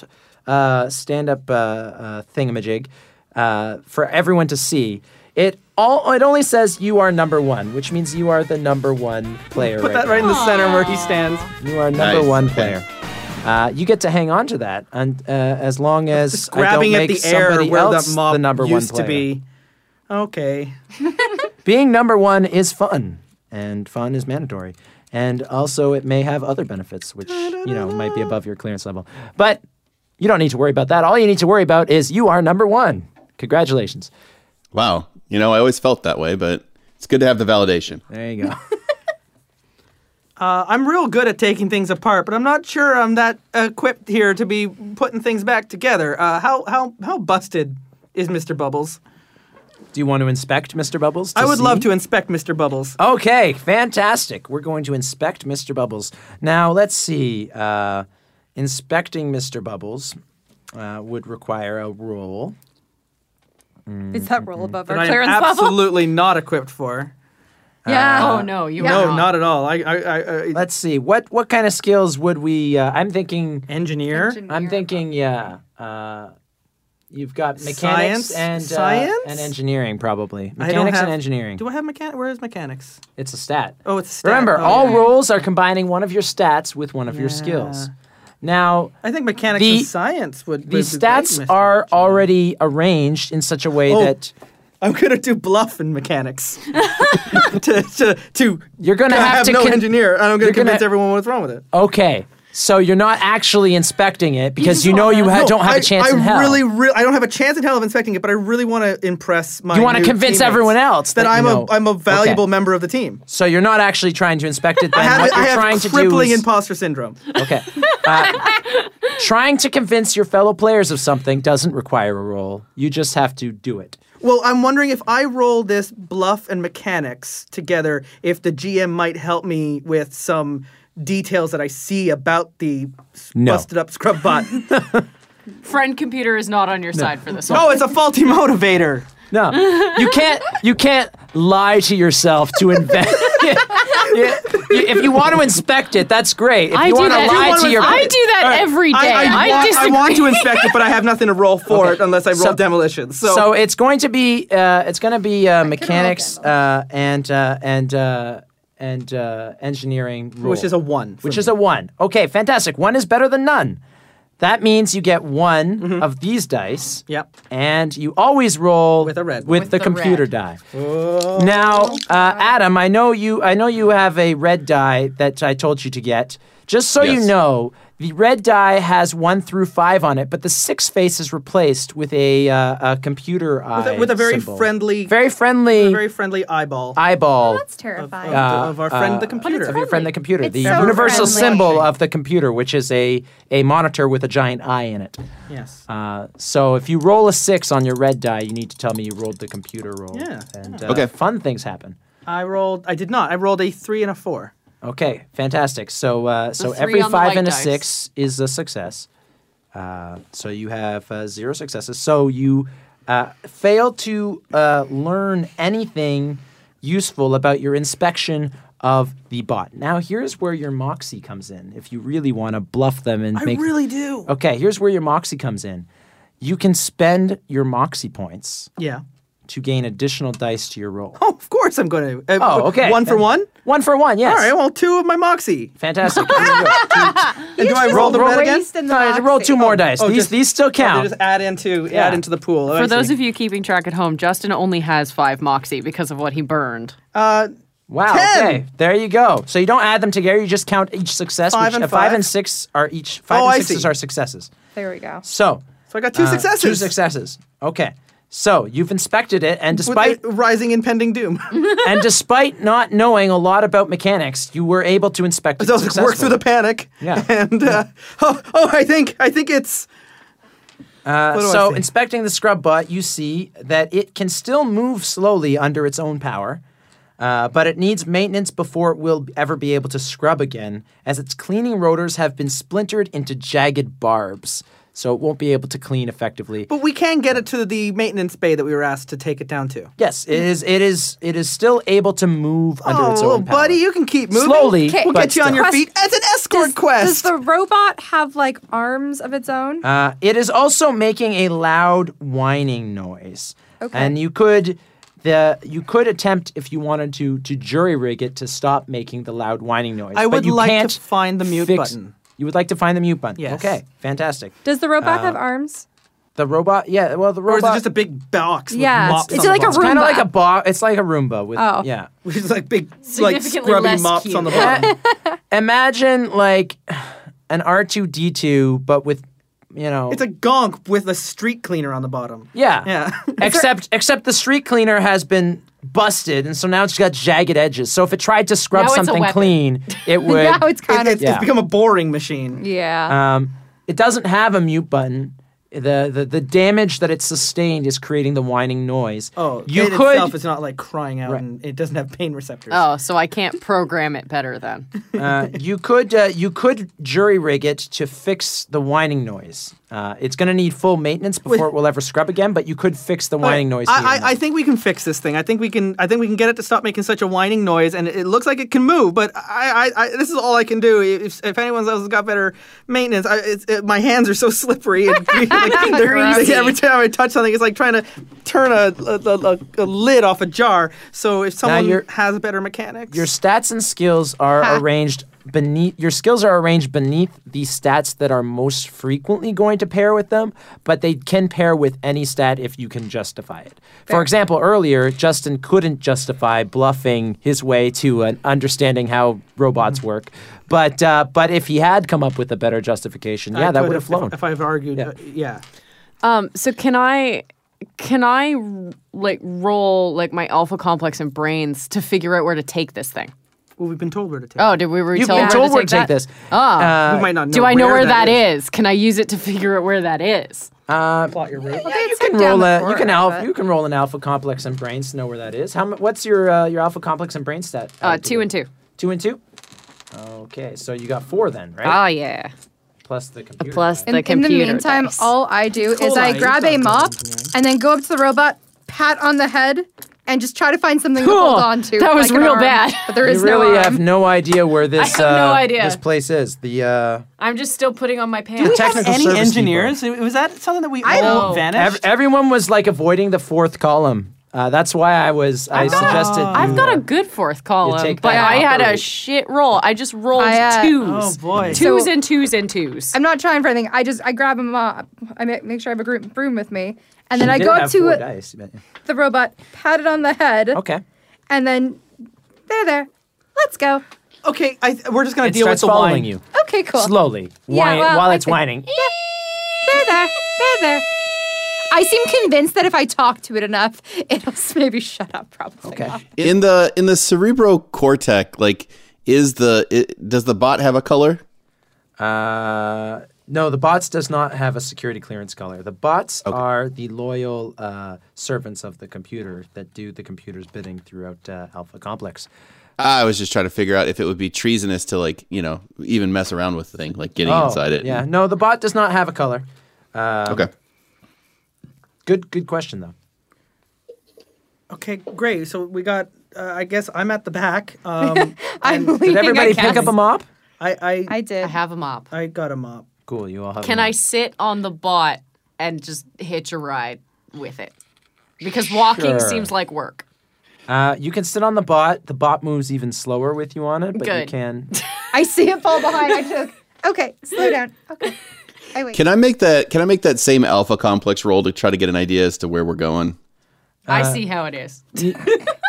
[SPEAKER 7] uh, stand up uh, uh, thingamajig uh, for everyone to see. It all it only says you are number one, which means you are the number one player.
[SPEAKER 3] Put that
[SPEAKER 7] now.
[SPEAKER 3] right in the center where he stands.
[SPEAKER 7] You are number
[SPEAKER 6] Nice.
[SPEAKER 7] one
[SPEAKER 6] Okay.
[SPEAKER 7] player. Uh, you get to hang on to that, and uh, as long as I don't
[SPEAKER 3] Grabbing at
[SPEAKER 7] make
[SPEAKER 3] the air
[SPEAKER 7] somebody
[SPEAKER 3] where
[SPEAKER 7] else
[SPEAKER 3] the mop
[SPEAKER 7] number
[SPEAKER 3] used
[SPEAKER 7] one player.
[SPEAKER 3] to be. Okay.
[SPEAKER 7] Being number one is fun, and fun is mandatory, and also it may have other benefits, which you know might be above your clearance level. But you don't need to worry about that. All you need to worry about is you are number one. Congratulations.
[SPEAKER 6] Wow. You know, I always felt that way, but it's good to have the validation.
[SPEAKER 7] There you go.
[SPEAKER 3] Uh, I'm real good at taking things apart, but I'm not sure I'm that equipped here to be putting things back together. Uh, how how how busted is Mr. Bubbles?
[SPEAKER 7] Do you want to inspect Mr. Bubbles?
[SPEAKER 3] I would
[SPEAKER 7] see? Uh,
[SPEAKER 3] love to inspect Mr. Bubbles.
[SPEAKER 7] Okay, fantastic. We're going to inspect Mr. Bubbles. Now, let's see. Uh, inspecting Mr. Bubbles uh, would require a roll.
[SPEAKER 5] Is that roll above
[SPEAKER 3] that
[SPEAKER 5] our
[SPEAKER 3] I am
[SPEAKER 5] clearance level?
[SPEAKER 3] absolutely not equipped for.
[SPEAKER 7] Uh,
[SPEAKER 5] Yeah.
[SPEAKER 4] oh no, you
[SPEAKER 5] Yeah.
[SPEAKER 4] are
[SPEAKER 3] No, not at all. I, I, I, I
[SPEAKER 7] Let's see. What what kind of skills would we? Uh, I'm thinking.
[SPEAKER 3] engineer.
[SPEAKER 7] I'm thinking. Yeah. Uh, you've got mechanics
[SPEAKER 3] Science?
[SPEAKER 7] and uh,
[SPEAKER 3] Science?
[SPEAKER 7] and engineering probably.
[SPEAKER 3] I don't
[SPEAKER 7] Mechanics
[SPEAKER 3] have,
[SPEAKER 7] and engineering.
[SPEAKER 3] Do I have mechanic? Where is mechanics?
[SPEAKER 7] It's a stat.
[SPEAKER 3] Oh, it's a stat.
[SPEAKER 7] Remember,
[SPEAKER 3] Oh,
[SPEAKER 7] all
[SPEAKER 3] yeah.
[SPEAKER 7] roles are combining one of your stats with one of your skills. Now,
[SPEAKER 3] I think mechanics
[SPEAKER 7] The-
[SPEAKER 3] and science would. would
[SPEAKER 7] the
[SPEAKER 3] be great,
[SPEAKER 7] stats
[SPEAKER 3] Mr.
[SPEAKER 7] are
[SPEAKER 3] Jim.
[SPEAKER 7] already arranged in such a way
[SPEAKER 3] Oh.
[SPEAKER 7] that
[SPEAKER 3] I'm gonna do bluff and mechanics. to, to, to
[SPEAKER 7] you're going
[SPEAKER 3] I
[SPEAKER 7] to have,
[SPEAKER 3] have
[SPEAKER 7] to
[SPEAKER 3] no
[SPEAKER 7] con-
[SPEAKER 3] engineer. and I'm gonna
[SPEAKER 7] you're gonna-
[SPEAKER 3] convince everyone what's wrong with it.
[SPEAKER 7] Okay, so you're not actually inspecting it because
[SPEAKER 5] just
[SPEAKER 7] you, know
[SPEAKER 5] wanna-
[SPEAKER 7] you ha-
[SPEAKER 5] No,
[SPEAKER 7] don't have
[SPEAKER 3] I
[SPEAKER 7] a chance
[SPEAKER 3] I
[SPEAKER 7] in hell.
[SPEAKER 3] really, really, I don't have a chance in hell of inspecting it, but I really want to impress my.
[SPEAKER 7] You wanna
[SPEAKER 3] new
[SPEAKER 7] convince
[SPEAKER 3] teammates
[SPEAKER 7] everyone else
[SPEAKER 3] that,
[SPEAKER 7] that,
[SPEAKER 3] I'm
[SPEAKER 7] you
[SPEAKER 3] a
[SPEAKER 7] know-
[SPEAKER 3] I'm a valuable
[SPEAKER 7] Okay.
[SPEAKER 3] member of the team.
[SPEAKER 7] so you're not actually trying to inspect it. Then
[SPEAKER 3] I have,
[SPEAKER 7] what
[SPEAKER 3] I
[SPEAKER 7] you're
[SPEAKER 3] have
[SPEAKER 7] trying to do
[SPEAKER 3] crippling
[SPEAKER 7] is
[SPEAKER 3] imposter syndrome.
[SPEAKER 7] okay. Uh, trying to convince your fellow players of something doesn't require a roll. You just have to do it.
[SPEAKER 3] Well, I'm wondering if I roll this bluff and mechanics together, if the GM might help me with some details that I see about the s-
[SPEAKER 7] No.
[SPEAKER 3] busted up scrub bot.
[SPEAKER 4] friend computer is not on your side for this one.
[SPEAKER 3] oh, it's a faulty motivator.
[SPEAKER 7] No, you can't. You can't lie to yourself to invent. if you want to inspect it, that's great. If
[SPEAKER 4] I
[SPEAKER 7] you
[SPEAKER 4] do
[SPEAKER 7] want to
[SPEAKER 4] that.
[SPEAKER 7] lie to your,
[SPEAKER 4] I do that every day.
[SPEAKER 3] I,
[SPEAKER 4] I,
[SPEAKER 3] want, I
[SPEAKER 4] disagree.
[SPEAKER 3] want to inspect it, but I have nothing to roll for it unless I roll
[SPEAKER 7] So-
[SPEAKER 3] demolition. So,
[SPEAKER 7] So it's going to be uh, it's going to be uh, mechanics uh, and uh, and uh, and uh, engineering, rule.
[SPEAKER 3] which is a one. for
[SPEAKER 7] which
[SPEAKER 3] me.
[SPEAKER 7] is a one. Okay, fantastic. One is better than none. That means you get one of these dice.
[SPEAKER 3] Mm-hmm. Yep.
[SPEAKER 7] And you always roll
[SPEAKER 3] With a red Oh. one.
[SPEAKER 7] with,
[SPEAKER 4] With
[SPEAKER 7] the,
[SPEAKER 4] the
[SPEAKER 7] computer
[SPEAKER 4] red.
[SPEAKER 7] die. Now, uh, Adam, I know you. I know you have a red die that I told you to get. Just so you
[SPEAKER 6] Yes.
[SPEAKER 7] know, the red die has one through five on it, but the six face is replaced with a, uh, a computer eye
[SPEAKER 3] with a, with a very
[SPEAKER 7] symbol.
[SPEAKER 3] friendly,
[SPEAKER 7] very friendly
[SPEAKER 3] very friendly eyeball
[SPEAKER 7] eyeball
[SPEAKER 5] That's terrifying.
[SPEAKER 3] of,
[SPEAKER 7] uh,
[SPEAKER 3] of our friend the computer.
[SPEAKER 7] of your friend the computer,
[SPEAKER 5] It's
[SPEAKER 7] the
[SPEAKER 5] so
[SPEAKER 7] universal
[SPEAKER 5] friendly.
[SPEAKER 7] symbol of the computer, which is a, a monitor with a giant eye in it.
[SPEAKER 3] yes.
[SPEAKER 7] Uh, so if you roll a six on your red die, you need to tell me you rolled the computer roll.
[SPEAKER 3] Yeah.
[SPEAKER 7] And uh,
[SPEAKER 6] Okay.
[SPEAKER 7] fun things happen.
[SPEAKER 3] I rolled. I did not. I rolled a three and a four.
[SPEAKER 7] Okay, fantastic. So uh, so
[SPEAKER 4] three
[SPEAKER 7] every
[SPEAKER 4] on the
[SPEAKER 7] five
[SPEAKER 4] white
[SPEAKER 7] and a
[SPEAKER 4] dice.
[SPEAKER 7] six is a success. Uh, so you have uh, zero successes. So you uh, fail to uh, learn anything useful about your inspection of the bot. Now here's where your moxie comes in. If you really want to bluff them and
[SPEAKER 3] I
[SPEAKER 7] make
[SPEAKER 3] really do.
[SPEAKER 7] okay, here's where your moxie comes in. You can spend your moxie points
[SPEAKER 3] Yeah.
[SPEAKER 7] to gain additional dice to your roll.
[SPEAKER 3] Oh, of course I'm going to.
[SPEAKER 7] Oh, okay.
[SPEAKER 3] One for one.
[SPEAKER 7] One for one. Yes.
[SPEAKER 3] All right. Well, two of my moxie.
[SPEAKER 7] Fantastic. Here we go.
[SPEAKER 3] And do I
[SPEAKER 5] just
[SPEAKER 3] roll the red again?
[SPEAKER 5] erased in the
[SPEAKER 7] No, I roll
[SPEAKER 5] box.
[SPEAKER 7] two more dice.
[SPEAKER 3] Oh,
[SPEAKER 7] these
[SPEAKER 3] just-
[SPEAKER 7] these still
[SPEAKER 3] Oh,
[SPEAKER 7] count.
[SPEAKER 3] they just add into
[SPEAKER 7] Yeah.
[SPEAKER 3] add into the pool. Oh,
[SPEAKER 4] For those of you keeping track at home, Justin only has five moxie because of what he burned.
[SPEAKER 3] uh,
[SPEAKER 7] wow.
[SPEAKER 3] 10.
[SPEAKER 7] Okay. There you go. So you don't add them together. You just count each success.
[SPEAKER 3] Five
[SPEAKER 7] which,
[SPEAKER 3] and
[SPEAKER 7] uh, five
[SPEAKER 3] five.
[SPEAKER 7] and six are each. Five
[SPEAKER 3] Oh, I
[SPEAKER 7] and sixes
[SPEAKER 3] see.
[SPEAKER 7] are successes.
[SPEAKER 5] There we go.
[SPEAKER 7] So
[SPEAKER 3] so I got two
[SPEAKER 7] uh,
[SPEAKER 3] successes.
[SPEAKER 7] Two successes. Okay. So you've inspected it, and
[SPEAKER 3] With
[SPEAKER 7] despite
[SPEAKER 3] the rising impending doom.
[SPEAKER 7] and despite not knowing a lot about mechanics, you were able to inspect it.
[SPEAKER 3] so it works with
[SPEAKER 7] successfully.
[SPEAKER 3] a panic.
[SPEAKER 7] Yeah.
[SPEAKER 3] And uh, oh, oh, I think I think it's
[SPEAKER 7] Uh,
[SPEAKER 3] do I
[SPEAKER 7] so
[SPEAKER 3] see?
[SPEAKER 7] inspecting the scrub bot, you see that it can still move slowly under its own power, uh, but it needs maintenance before it will ever be able to scrub again, as its cleaning rotors have been splintered into jagged barbs, so it won't be able to clean effectively.
[SPEAKER 3] But we can get it to the maintenance bay that we were asked to take it down to.
[SPEAKER 7] yes, it is. It is. It is still able to move under
[SPEAKER 3] oh,
[SPEAKER 7] its
[SPEAKER 3] little
[SPEAKER 7] own power.
[SPEAKER 3] buddy, you can keep moving.
[SPEAKER 7] Slowly,
[SPEAKER 5] Okay.
[SPEAKER 3] We'll
[SPEAKER 7] but
[SPEAKER 3] get you on
[SPEAKER 7] still.
[SPEAKER 3] your
[SPEAKER 5] Quest-
[SPEAKER 3] feet. It's an escort
[SPEAKER 5] Does,
[SPEAKER 3] quest.
[SPEAKER 5] does the robot have like arms of its own?
[SPEAKER 7] Uh, it is also making a loud whining noise.
[SPEAKER 5] Okay.
[SPEAKER 7] And you could The you could attempt if you wanted to to jury rig it to stop making the loud whining noise.
[SPEAKER 3] I
[SPEAKER 7] but
[SPEAKER 3] would
[SPEAKER 7] you
[SPEAKER 3] like to
[SPEAKER 7] can't
[SPEAKER 3] find the mute
[SPEAKER 7] fix-
[SPEAKER 3] button.
[SPEAKER 7] You would like to find the mute button.
[SPEAKER 3] Yes.
[SPEAKER 7] Okay, fantastic.
[SPEAKER 5] Does the
[SPEAKER 7] uh,
[SPEAKER 5] robot have arms?
[SPEAKER 7] The robot, yeah. Well, the
[SPEAKER 3] Or is
[SPEAKER 7] robot.
[SPEAKER 3] it just a big box? With
[SPEAKER 5] Yeah,
[SPEAKER 3] mops
[SPEAKER 5] it's- it's
[SPEAKER 3] on the
[SPEAKER 5] like a
[SPEAKER 3] bottom?
[SPEAKER 7] Kind of
[SPEAKER 5] Roomba?
[SPEAKER 7] like a bo- It's like a Roomba with
[SPEAKER 5] Oh.
[SPEAKER 7] yeah.
[SPEAKER 3] It's like big, like
[SPEAKER 4] Significantly
[SPEAKER 3] scrubby
[SPEAKER 4] less
[SPEAKER 3] mops
[SPEAKER 4] cute.
[SPEAKER 3] on the bottom.
[SPEAKER 7] Imagine like an R two D two, but with you know.
[SPEAKER 3] it's a gonk with a street cleaner on the bottom.
[SPEAKER 7] yeah.
[SPEAKER 3] Yeah.
[SPEAKER 7] Except except the street cleaner has been busted, and so now it's got jagged edges. So if it tried to scrub
[SPEAKER 4] Now it's a
[SPEAKER 7] something
[SPEAKER 4] weapon.
[SPEAKER 7] clean, it would.
[SPEAKER 5] now it's
[SPEAKER 3] It-
[SPEAKER 5] kind
[SPEAKER 3] it's, it's
[SPEAKER 5] of
[SPEAKER 7] Yeah.
[SPEAKER 3] become a boring machine.
[SPEAKER 5] yeah.
[SPEAKER 7] Um, it doesn't have a mute button. The, the the damage that it sustained is creating the whining noise.
[SPEAKER 3] Oh,
[SPEAKER 7] you
[SPEAKER 3] it
[SPEAKER 7] could
[SPEAKER 3] itself is not like crying out, and it doesn't have pain receptors.
[SPEAKER 4] Oh, so I can't program it better then.
[SPEAKER 7] uh, you could uh, you could jury rig it to fix the whining noise. Uh, it's going to need full maintenance before it will ever scrub again, but you could fix the whining noise. here
[SPEAKER 3] I,
[SPEAKER 7] and
[SPEAKER 3] I, I
[SPEAKER 7] there.
[SPEAKER 3] think we can fix this thing. I think we can. I think we can get it to stop making such a whining noise, and it, it looks like it can move. But I, I, I, this is all I can do. If, if anyone else has got better maintenance, I, it's, it, my hands are so slippery and gre- like, they're-
[SPEAKER 4] Greasy.
[SPEAKER 3] every time I touch something, it's like trying to turn a, a, a, a- a lid off a jar. So if someone
[SPEAKER 7] you're-
[SPEAKER 3] has better mechanics,
[SPEAKER 7] your stats and skills are arranged beneath your skills are arranged beneath the stats that are most frequently going to pair with them, but they can pair with any stat if you can justify it. For example, earlier Justin couldn't justify bluffing his way to an understanding how robots work, but uh, but if he had come up with a better justification, yeah,
[SPEAKER 3] I
[SPEAKER 7] that
[SPEAKER 3] could
[SPEAKER 7] would have
[SPEAKER 3] if-
[SPEAKER 7] flown.
[SPEAKER 3] If, I've argued,
[SPEAKER 7] Yeah.
[SPEAKER 3] uh, yeah.
[SPEAKER 4] Um, so can I can I like roll like my alpha complex and brains to figure out where to take this thing?
[SPEAKER 3] Well, we've been told where to take.
[SPEAKER 4] Oh, did we were
[SPEAKER 7] You've
[SPEAKER 4] told
[SPEAKER 7] been
[SPEAKER 4] where
[SPEAKER 7] told
[SPEAKER 4] to
[SPEAKER 7] where
[SPEAKER 4] take,
[SPEAKER 7] to take
[SPEAKER 4] that?
[SPEAKER 7] this. Uh,
[SPEAKER 4] Ah.
[SPEAKER 3] it. we might not know.
[SPEAKER 4] Do I know where, that
[SPEAKER 3] that
[SPEAKER 4] is? Can I use it to figure out where that is?
[SPEAKER 3] Plot your route.
[SPEAKER 5] you
[SPEAKER 7] can roll a, you can alpha, you can roll an alpha complex and brains to know where that is. How mu- what's your uh, your alpha complex and brain stat?
[SPEAKER 4] Uh, two and two.
[SPEAKER 7] Two and two. Okay, so you got four then, right?
[SPEAKER 4] Ah, yeah.
[SPEAKER 7] Plus the computer.
[SPEAKER 4] Plus
[SPEAKER 5] And
[SPEAKER 4] the
[SPEAKER 5] in the
[SPEAKER 4] computer.
[SPEAKER 5] meantime,
[SPEAKER 4] dice.
[SPEAKER 5] all I do is I
[SPEAKER 3] Cool.
[SPEAKER 5] grab a mop and then go up to the robot, pat on the head, and just try to find something to hold
[SPEAKER 4] Cool.
[SPEAKER 5] on to.
[SPEAKER 4] That was
[SPEAKER 5] like an
[SPEAKER 4] real
[SPEAKER 5] arm.
[SPEAKER 4] bad.
[SPEAKER 5] But there
[SPEAKER 7] You
[SPEAKER 5] is
[SPEAKER 7] really
[SPEAKER 5] no arm.
[SPEAKER 7] have no idea where this
[SPEAKER 4] have no
[SPEAKER 7] uh,
[SPEAKER 4] idea.
[SPEAKER 7] this place is. The uh,
[SPEAKER 4] I'm just still putting on my
[SPEAKER 7] the
[SPEAKER 4] pants.
[SPEAKER 7] technical
[SPEAKER 3] Any
[SPEAKER 7] service
[SPEAKER 3] engineers? Was that something that we
[SPEAKER 5] I
[SPEAKER 3] all
[SPEAKER 4] don't-
[SPEAKER 7] people.
[SPEAKER 3] vanished?
[SPEAKER 7] Ev- everyone was like avoiding the fourth column. Uh, that's why I was I suggested.
[SPEAKER 4] I've
[SPEAKER 7] you,
[SPEAKER 4] got a
[SPEAKER 7] uh,
[SPEAKER 4] good fourth column,
[SPEAKER 7] take
[SPEAKER 4] but
[SPEAKER 7] that
[SPEAKER 4] I had a
[SPEAKER 7] operate.
[SPEAKER 4] shit roll. I just rolled
[SPEAKER 5] I, uh,
[SPEAKER 4] twos.
[SPEAKER 3] Oh, boy.
[SPEAKER 4] Twos
[SPEAKER 5] So-
[SPEAKER 4] and twos and twws.
[SPEAKER 5] I'm not trying for anything. I just I grab a mop. I ma- make sure I have a gr- broom with me, and then
[SPEAKER 7] you
[SPEAKER 5] I
[SPEAKER 7] did
[SPEAKER 5] go up
[SPEAKER 7] have
[SPEAKER 5] to
[SPEAKER 7] four
[SPEAKER 5] it-
[SPEAKER 7] dice, but-
[SPEAKER 5] the robot, pat it on the head,
[SPEAKER 7] Okay.
[SPEAKER 5] and then there, there. Let's go.
[SPEAKER 3] Okay, I, we're just gonna
[SPEAKER 7] It
[SPEAKER 3] deal with
[SPEAKER 7] starts
[SPEAKER 3] the
[SPEAKER 7] following
[SPEAKER 3] wine.
[SPEAKER 7] you
[SPEAKER 5] Okay, cool.
[SPEAKER 7] slowly
[SPEAKER 5] Yeah,
[SPEAKER 7] whine-
[SPEAKER 5] well,
[SPEAKER 7] while
[SPEAKER 5] I
[SPEAKER 7] it's
[SPEAKER 5] think-
[SPEAKER 7] whining.
[SPEAKER 5] There, there, there, there. I seem convinced that if I talk to it enough, it'll s- maybe shut up. Probably.
[SPEAKER 7] Okay.
[SPEAKER 5] not.
[SPEAKER 6] in the in the cerebral cortex like is the it, does the bot have a color
[SPEAKER 7] Uh, no, the bots does not have a security clearance color. The bots are the loyal uh, servants of the computer that do the computer's bidding throughout uh, Alpha Complex.
[SPEAKER 6] i was just trying to figure out if it would be treasonous to like you know even mess around with the thing like getting inside it
[SPEAKER 7] Oh, Yeah, no, the bot does not have a color.
[SPEAKER 6] okay
[SPEAKER 7] Good, good question though.
[SPEAKER 3] Okay, great. So we got. Uh, I guess I'm at the back. Um,
[SPEAKER 5] I'm
[SPEAKER 7] Did
[SPEAKER 5] leaving.
[SPEAKER 7] everybody
[SPEAKER 5] I
[SPEAKER 7] pick up
[SPEAKER 5] guess.
[SPEAKER 7] a mop?
[SPEAKER 3] I, I,
[SPEAKER 5] I
[SPEAKER 3] I
[SPEAKER 5] did.
[SPEAKER 4] I have a mop.
[SPEAKER 3] got a mop.
[SPEAKER 7] Cool, you all have. a
[SPEAKER 4] Can
[SPEAKER 7] mop.
[SPEAKER 4] I sit on the bot and just hitch a ride with it? Because walking
[SPEAKER 7] Sure.
[SPEAKER 4] seems like work.
[SPEAKER 7] Uh, you can sit on the bot. The bot moves even slower with you on it, but you
[SPEAKER 4] Good.
[SPEAKER 7] can.
[SPEAKER 5] I see it fall behind. I took. Okay, slow down. Okay. I wait.
[SPEAKER 6] can i make that can i make that same alpha complex roll to try to get an idea as to where we're going
[SPEAKER 4] I see how it is.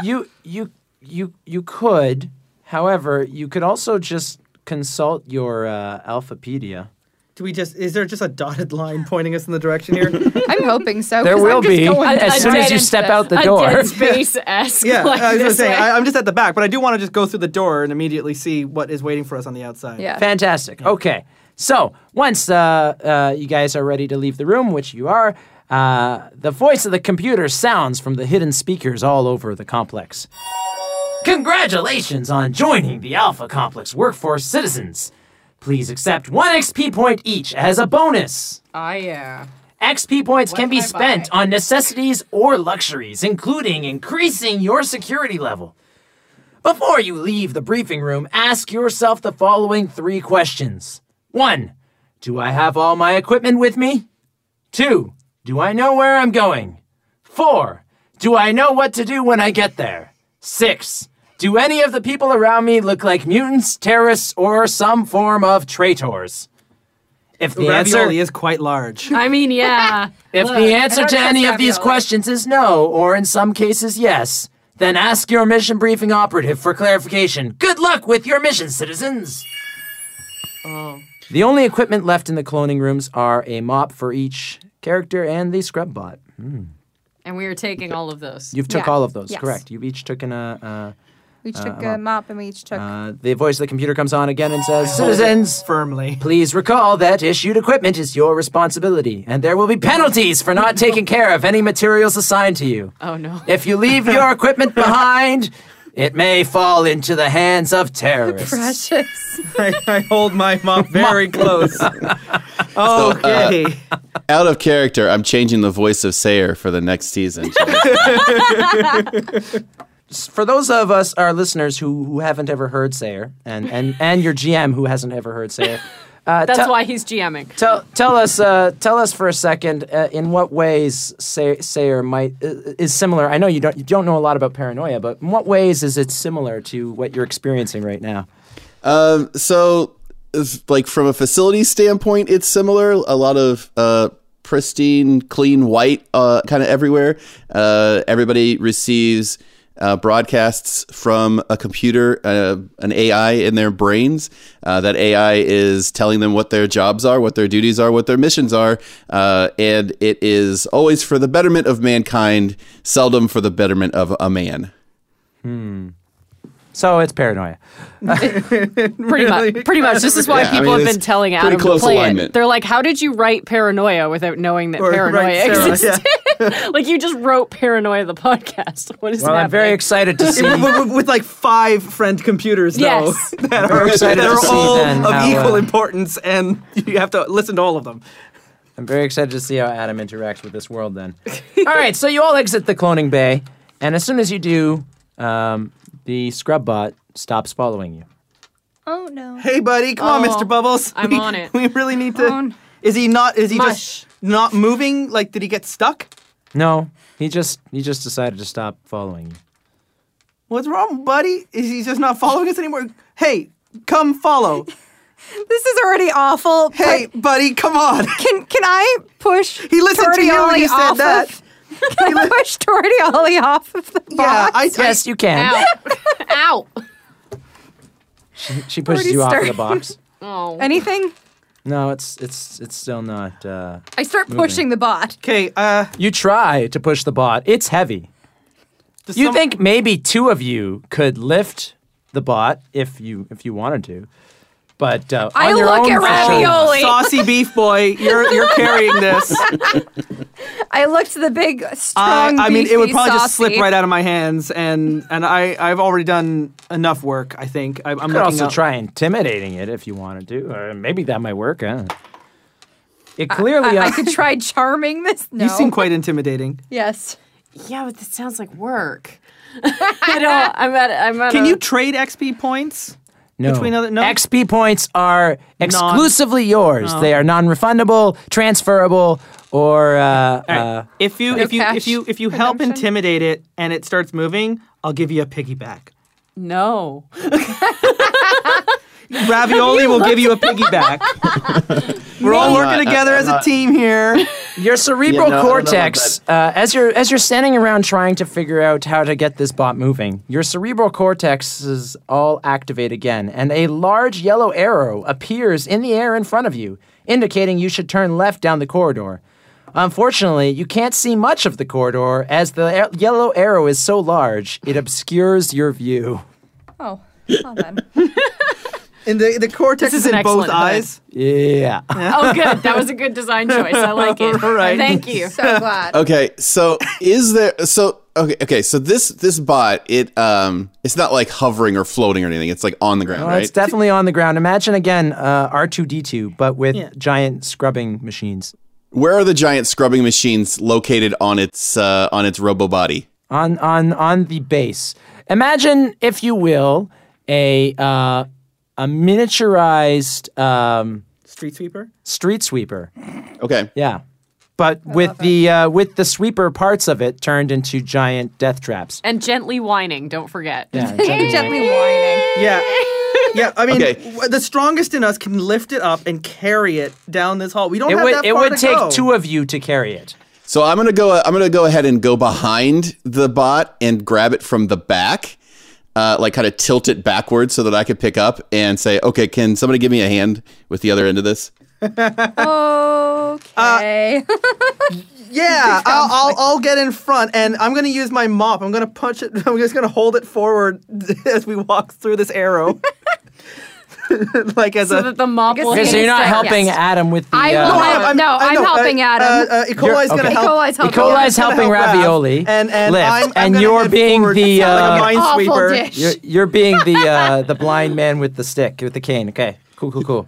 [SPEAKER 7] you you you you could. However, you could also just consult your uh, Alphapedia.
[SPEAKER 3] Do we just? Is there just a dotted line pointing us in the direction here?
[SPEAKER 5] I'm hoping so.
[SPEAKER 7] There
[SPEAKER 5] 'cause
[SPEAKER 7] will
[SPEAKER 5] I'm just
[SPEAKER 7] be.
[SPEAKER 5] Going
[SPEAKER 7] As soon as you step out the door.
[SPEAKER 4] space esque.
[SPEAKER 3] yeah, I was gonna
[SPEAKER 4] this
[SPEAKER 3] say
[SPEAKER 4] way.
[SPEAKER 3] I, I'm just at the back, but I do want to just go through the door and immediately see what is waiting for us on the outside.
[SPEAKER 5] yeah.
[SPEAKER 7] Fantastic. Okay. So once uh, uh, you guys are ready to leave the room, which you are, uh, the voice of the computer sounds from the hidden speakers all over the complex. Congratulations on joining the Alpha Complex Workforce Citizens. Please accept one XP point each as a bonus.
[SPEAKER 4] Ah, yeah.
[SPEAKER 7] XP points can be
[SPEAKER 4] can I buy?
[SPEAKER 7] spent on necessities or luxuries, including increasing your security level. Before you leave the briefing room, ask yourself the following three questions 1. Do I have all my equipment with me? 2. Do I know where I'm going? 4. Do I know what to do when I get there? Six. Do any of the people around me look like mutants, terrorists, or some form of traitors? If the answer
[SPEAKER 3] Ravioli is quite large.
[SPEAKER 4] I mean, yeah.
[SPEAKER 7] if
[SPEAKER 4] Look,
[SPEAKER 7] the answer to
[SPEAKER 5] trust
[SPEAKER 7] any of these
[SPEAKER 5] ravioli.
[SPEAKER 7] questions is no, or in some cases yes, then ask your mission briefing operative for clarification. Good luck with your mission, citizens! Oh. The only equipment left in the cloning rooms are a mop for each character and the scrub bot.
[SPEAKER 4] And we are taking all of those.
[SPEAKER 7] You've took
[SPEAKER 5] Yeah.
[SPEAKER 7] all of those,
[SPEAKER 5] Yes.
[SPEAKER 7] correct? You've each taken a.
[SPEAKER 5] We took a mop and we each took.
[SPEAKER 7] Uh, uh, the voice of the computer comes on again and says, "Citizens,
[SPEAKER 3] Firmly.
[SPEAKER 7] please recall that issued equipment is your responsibility, and there will be penalties for not taking care of any materials assigned to you.
[SPEAKER 4] Oh, no.
[SPEAKER 7] If you leave your equipment behind." It may fall into the hands of terrorists.
[SPEAKER 5] Precious.
[SPEAKER 3] I, I hold my mop very close.
[SPEAKER 7] uh,
[SPEAKER 3] okay.
[SPEAKER 6] Out of character, I'm changing the voice of Sayer for the next season.
[SPEAKER 7] For those of us, our listeners who, who haven't ever heard Sayer, and, and, and your GM who hasn't ever heard Sayer, uh,
[SPEAKER 4] That's
[SPEAKER 7] tell-
[SPEAKER 4] why he's GMing.
[SPEAKER 7] Tell tell us uh, tell us for a second uh, in what ways Say- Sayer might uh, is similar. I know you don't you don't know a lot about paranoia, but in what ways is it similar to what you're experiencing right now?
[SPEAKER 6] Um, so, if- like from a facility standpoint, it's similar. A lot of uh, pristine, clean, white, uh, kind of everywhere. Uh, everybody receives uh, broadcasts from a computer, uh, an AI in their brains. Uh, that AI is telling them what their jobs are, what their duties are, what their missions are, uh, and it is always for the betterment of mankind, seldom for the betterment of a man.
[SPEAKER 7] So it's paranoia.
[SPEAKER 4] Pretty much. Pretty much. This is why
[SPEAKER 6] Yeah, I
[SPEAKER 4] people
[SPEAKER 6] mean,
[SPEAKER 4] have
[SPEAKER 6] it's
[SPEAKER 4] been telling
[SPEAKER 6] pretty
[SPEAKER 4] Adam to
[SPEAKER 6] close
[SPEAKER 4] play
[SPEAKER 6] alignment.
[SPEAKER 4] it. They're like, "How did you write Paranoia without knowing that
[SPEAKER 3] Or
[SPEAKER 4] Paranoia
[SPEAKER 3] write Sarah, yeah.
[SPEAKER 4] existed? like you just wrote Paranoia the podcast. What is
[SPEAKER 7] Well,
[SPEAKER 4] happening?
[SPEAKER 7] I'm very excited to see.
[SPEAKER 3] with, with- with, like five friend computers,
[SPEAKER 4] Yes.
[SPEAKER 3] though, that are,
[SPEAKER 7] excited
[SPEAKER 3] that
[SPEAKER 7] to
[SPEAKER 3] are
[SPEAKER 7] see
[SPEAKER 3] all
[SPEAKER 7] then
[SPEAKER 3] of
[SPEAKER 7] how,
[SPEAKER 3] equal
[SPEAKER 7] uh,
[SPEAKER 3] importance, and you have to listen to all of them.
[SPEAKER 7] I'm very excited to see how Adam interacts with this world. Then. all right, so you all exit the cloning bay, and as soon as you do, um, the scrub bot stops following you.
[SPEAKER 5] Oh no.
[SPEAKER 3] Hey, buddy, come on,
[SPEAKER 4] Oh,
[SPEAKER 3] Mr. Bubbles.
[SPEAKER 4] I'm
[SPEAKER 3] We-
[SPEAKER 4] on it.
[SPEAKER 3] We really need to.
[SPEAKER 5] On.
[SPEAKER 3] Is he not? Is he
[SPEAKER 4] Mush.
[SPEAKER 3] just not moving? Like, did he get stuck?
[SPEAKER 7] No, he just he just decided to stop following you.
[SPEAKER 3] What's wrong, buddy? Is he just not following us anymore? Hey, come follow.
[SPEAKER 5] This is already awful. but
[SPEAKER 3] Hey, buddy, come on.
[SPEAKER 5] Can can I push?
[SPEAKER 3] He listened to you when
[SPEAKER 5] Tortioli
[SPEAKER 3] you said
[SPEAKER 5] off
[SPEAKER 3] that.
[SPEAKER 5] Of, can I push Tortioli off of the box?
[SPEAKER 3] Yeah, Uh, I,
[SPEAKER 7] Yes, you can.
[SPEAKER 4] ow, ow.
[SPEAKER 7] She pushes
[SPEAKER 5] Already
[SPEAKER 7] you off of the
[SPEAKER 5] started.
[SPEAKER 7] box.
[SPEAKER 4] Oh,
[SPEAKER 5] Anything?
[SPEAKER 7] No, it's it's it's still not. Uh...
[SPEAKER 5] I start pushing the bot.
[SPEAKER 3] Okay, uh,
[SPEAKER 7] You try to push the bot. It's heavy.
[SPEAKER 3] does
[SPEAKER 7] You
[SPEAKER 3] some-
[SPEAKER 7] think maybe two of you could lift the bot if you if you wanted to, but uh,
[SPEAKER 5] I
[SPEAKER 7] on your
[SPEAKER 5] look
[SPEAKER 7] own
[SPEAKER 5] at
[SPEAKER 7] for sure.
[SPEAKER 5] ravioli.
[SPEAKER 3] saucy beef boy, you're you're carrying this.
[SPEAKER 5] I looked the big
[SPEAKER 3] I,
[SPEAKER 5] strong.
[SPEAKER 3] Uh, I mean, it would
[SPEAKER 5] beefy
[SPEAKER 3] probably just slip
[SPEAKER 5] saucy.
[SPEAKER 3] right out of my hands, and and I I've already done enough work. I think I, I'm
[SPEAKER 7] You
[SPEAKER 3] looking
[SPEAKER 7] could also
[SPEAKER 3] up-
[SPEAKER 7] try intimidating it if you wanted to, or maybe that might work. Huh? It clearly.
[SPEAKER 5] I, I
[SPEAKER 7] uh,
[SPEAKER 5] could try charming this. No.
[SPEAKER 3] You seem quite intimidating.
[SPEAKER 5] Yes.
[SPEAKER 4] yeah, but this sounds like work. I don't. I'm at. I'm at.
[SPEAKER 3] Can
[SPEAKER 4] a-
[SPEAKER 3] you trade XP points?
[SPEAKER 7] No.
[SPEAKER 3] Between other- no?
[SPEAKER 7] XP points are exclusively yours. They are non-refundable, transferable, or uh, uh,
[SPEAKER 3] If you if you if
[SPEAKER 5] cash
[SPEAKER 3] you if you help
[SPEAKER 5] redemption?
[SPEAKER 3] intimidate it and it starts moving, I'll give you a piggyback.
[SPEAKER 4] No.
[SPEAKER 3] Ravioli will give you a piggyback. We're all
[SPEAKER 6] I'm
[SPEAKER 3] working
[SPEAKER 6] not-
[SPEAKER 3] together
[SPEAKER 6] I'm
[SPEAKER 3] as a
[SPEAKER 6] not-
[SPEAKER 3] team here.
[SPEAKER 7] your cerebral
[SPEAKER 6] Yeah, no, I don't know about
[SPEAKER 7] cortex. Uh, as you're as you're standing around trying to figure out how to get this bot moving, your cerebral cortexes all activate again, and a large yellow arrow appears in the air in front of you, indicating you should turn left down the corridor. Unfortunately, you can't see much of the corridor as the a- yellow arrow is so large it obscures your view.
[SPEAKER 5] Oh. Well then.
[SPEAKER 3] And the, the cortex
[SPEAKER 4] This is
[SPEAKER 3] is
[SPEAKER 4] an
[SPEAKER 3] in both
[SPEAKER 4] excellent
[SPEAKER 3] eyes.
[SPEAKER 7] Yeah.
[SPEAKER 4] Oh, good. That was a good design choice. I like it.
[SPEAKER 3] Right.
[SPEAKER 4] Thank you.
[SPEAKER 5] So glad.
[SPEAKER 6] Okay, so is there so okay okay so this this bot it um it's not like hovering or floating or anything it's like on the ground
[SPEAKER 7] Well,
[SPEAKER 6] right
[SPEAKER 7] It's definitely on the ground. Imagine again uh, R2D2, but with
[SPEAKER 3] Yeah.
[SPEAKER 7] giant scrubbing machines
[SPEAKER 6] where are the giant scrubbing machines located on its uh, on its robo body
[SPEAKER 7] on on on the base. Imagine, if you will, a uh, a miniaturized um,
[SPEAKER 3] Street sweeper.
[SPEAKER 7] street sweeper.
[SPEAKER 6] okay
[SPEAKER 7] Yeah, but with the uh, with the sweeper parts of it turned into giant death traps.
[SPEAKER 4] And gently whining, don't forget.
[SPEAKER 7] Yeah,
[SPEAKER 5] Gently whining.
[SPEAKER 3] Yeah. Yeah, I mean,
[SPEAKER 6] Okay.
[SPEAKER 3] w- the strongest in us can lift it up and carry it down this hall. We don't
[SPEAKER 7] it
[SPEAKER 3] have
[SPEAKER 7] would
[SPEAKER 3] that
[SPEAKER 7] it
[SPEAKER 3] far
[SPEAKER 7] would
[SPEAKER 3] to
[SPEAKER 7] take
[SPEAKER 3] go.
[SPEAKER 7] two of you to carry it.
[SPEAKER 6] So I'm gonna go. I'm gonna go ahead and go behind the bot and grab it from the back, uh, like kind of tilt it backwards so that I could pick up and say, "Okay, can somebody give me a hand with the other end of this?"
[SPEAKER 3] Uh,
[SPEAKER 5] Okay.
[SPEAKER 3] Yeah, I'll, I'll, I'll get in front and I'm going to use my mop. I'm going to punch it. I'm just going to hold it forward as we walk through this arrow. like as
[SPEAKER 4] So
[SPEAKER 3] a.
[SPEAKER 4] that the mop
[SPEAKER 5] guess
[SPEAKER 4] will
[SPEAKER 5] Okay,
[SPEAKER 7] Okay,
[SPEAKER 5] so Yes,
[SPEAKER 7] so you're not
[SPEAKER 5] sir.
[SPEAKER 7] helping
[SPEAKER 5] Yes.
[SPEAKER 7] Adam with the.
[SPEAKER 5] I will
[SPEAKER 7] uh,
[SPEAKER 5] help. No, I'm
[SPEAKER 3] uh,
[SPEAKER 5] helping
[SPEAKER 3] uh,
[SPEAKER 5] Adam.
[SPEAKER 3] Uh, uh, E. coli's
[SPEAKER 7] You're-
[SPEAKER 3] going to help.
[SPEAKER 7] okay.
[SPEAKER 5] E. coli's
[SPEAKER 7] E.
[SPEAKER 5] helping.
[SPEAKER 7] coli's
[SPEAKER 3] gonna
[SPEAKER 7] helping
[SPEAKER 3] help
[SPEAKER 7] ravioli
[SPEAKER 3] Raph, and and
[SPEAKER 7] lift,
[SPEAKER 3] I'm, I'm
[SPEAKER 7] and
[SPEAKER 3] gonna
[SPEAKER 7] you're
[SPEAKER 3] head
[SPEAKER 7] being
[SPEAKER 3] forward.
[SPEAKER 7] the,
[SPEAKER 3] Sound
[SPEAKER 7] uh,
[SPEAKER 3] like a
[SPEAKER 5] Awful
[SPEAKER 3] minesweeper.
[SPEAKER 5] dish.
[SPEAKER 7] You're, you're being the uh, the blind man with the stick with the cane. Okay, cool, cool, cool.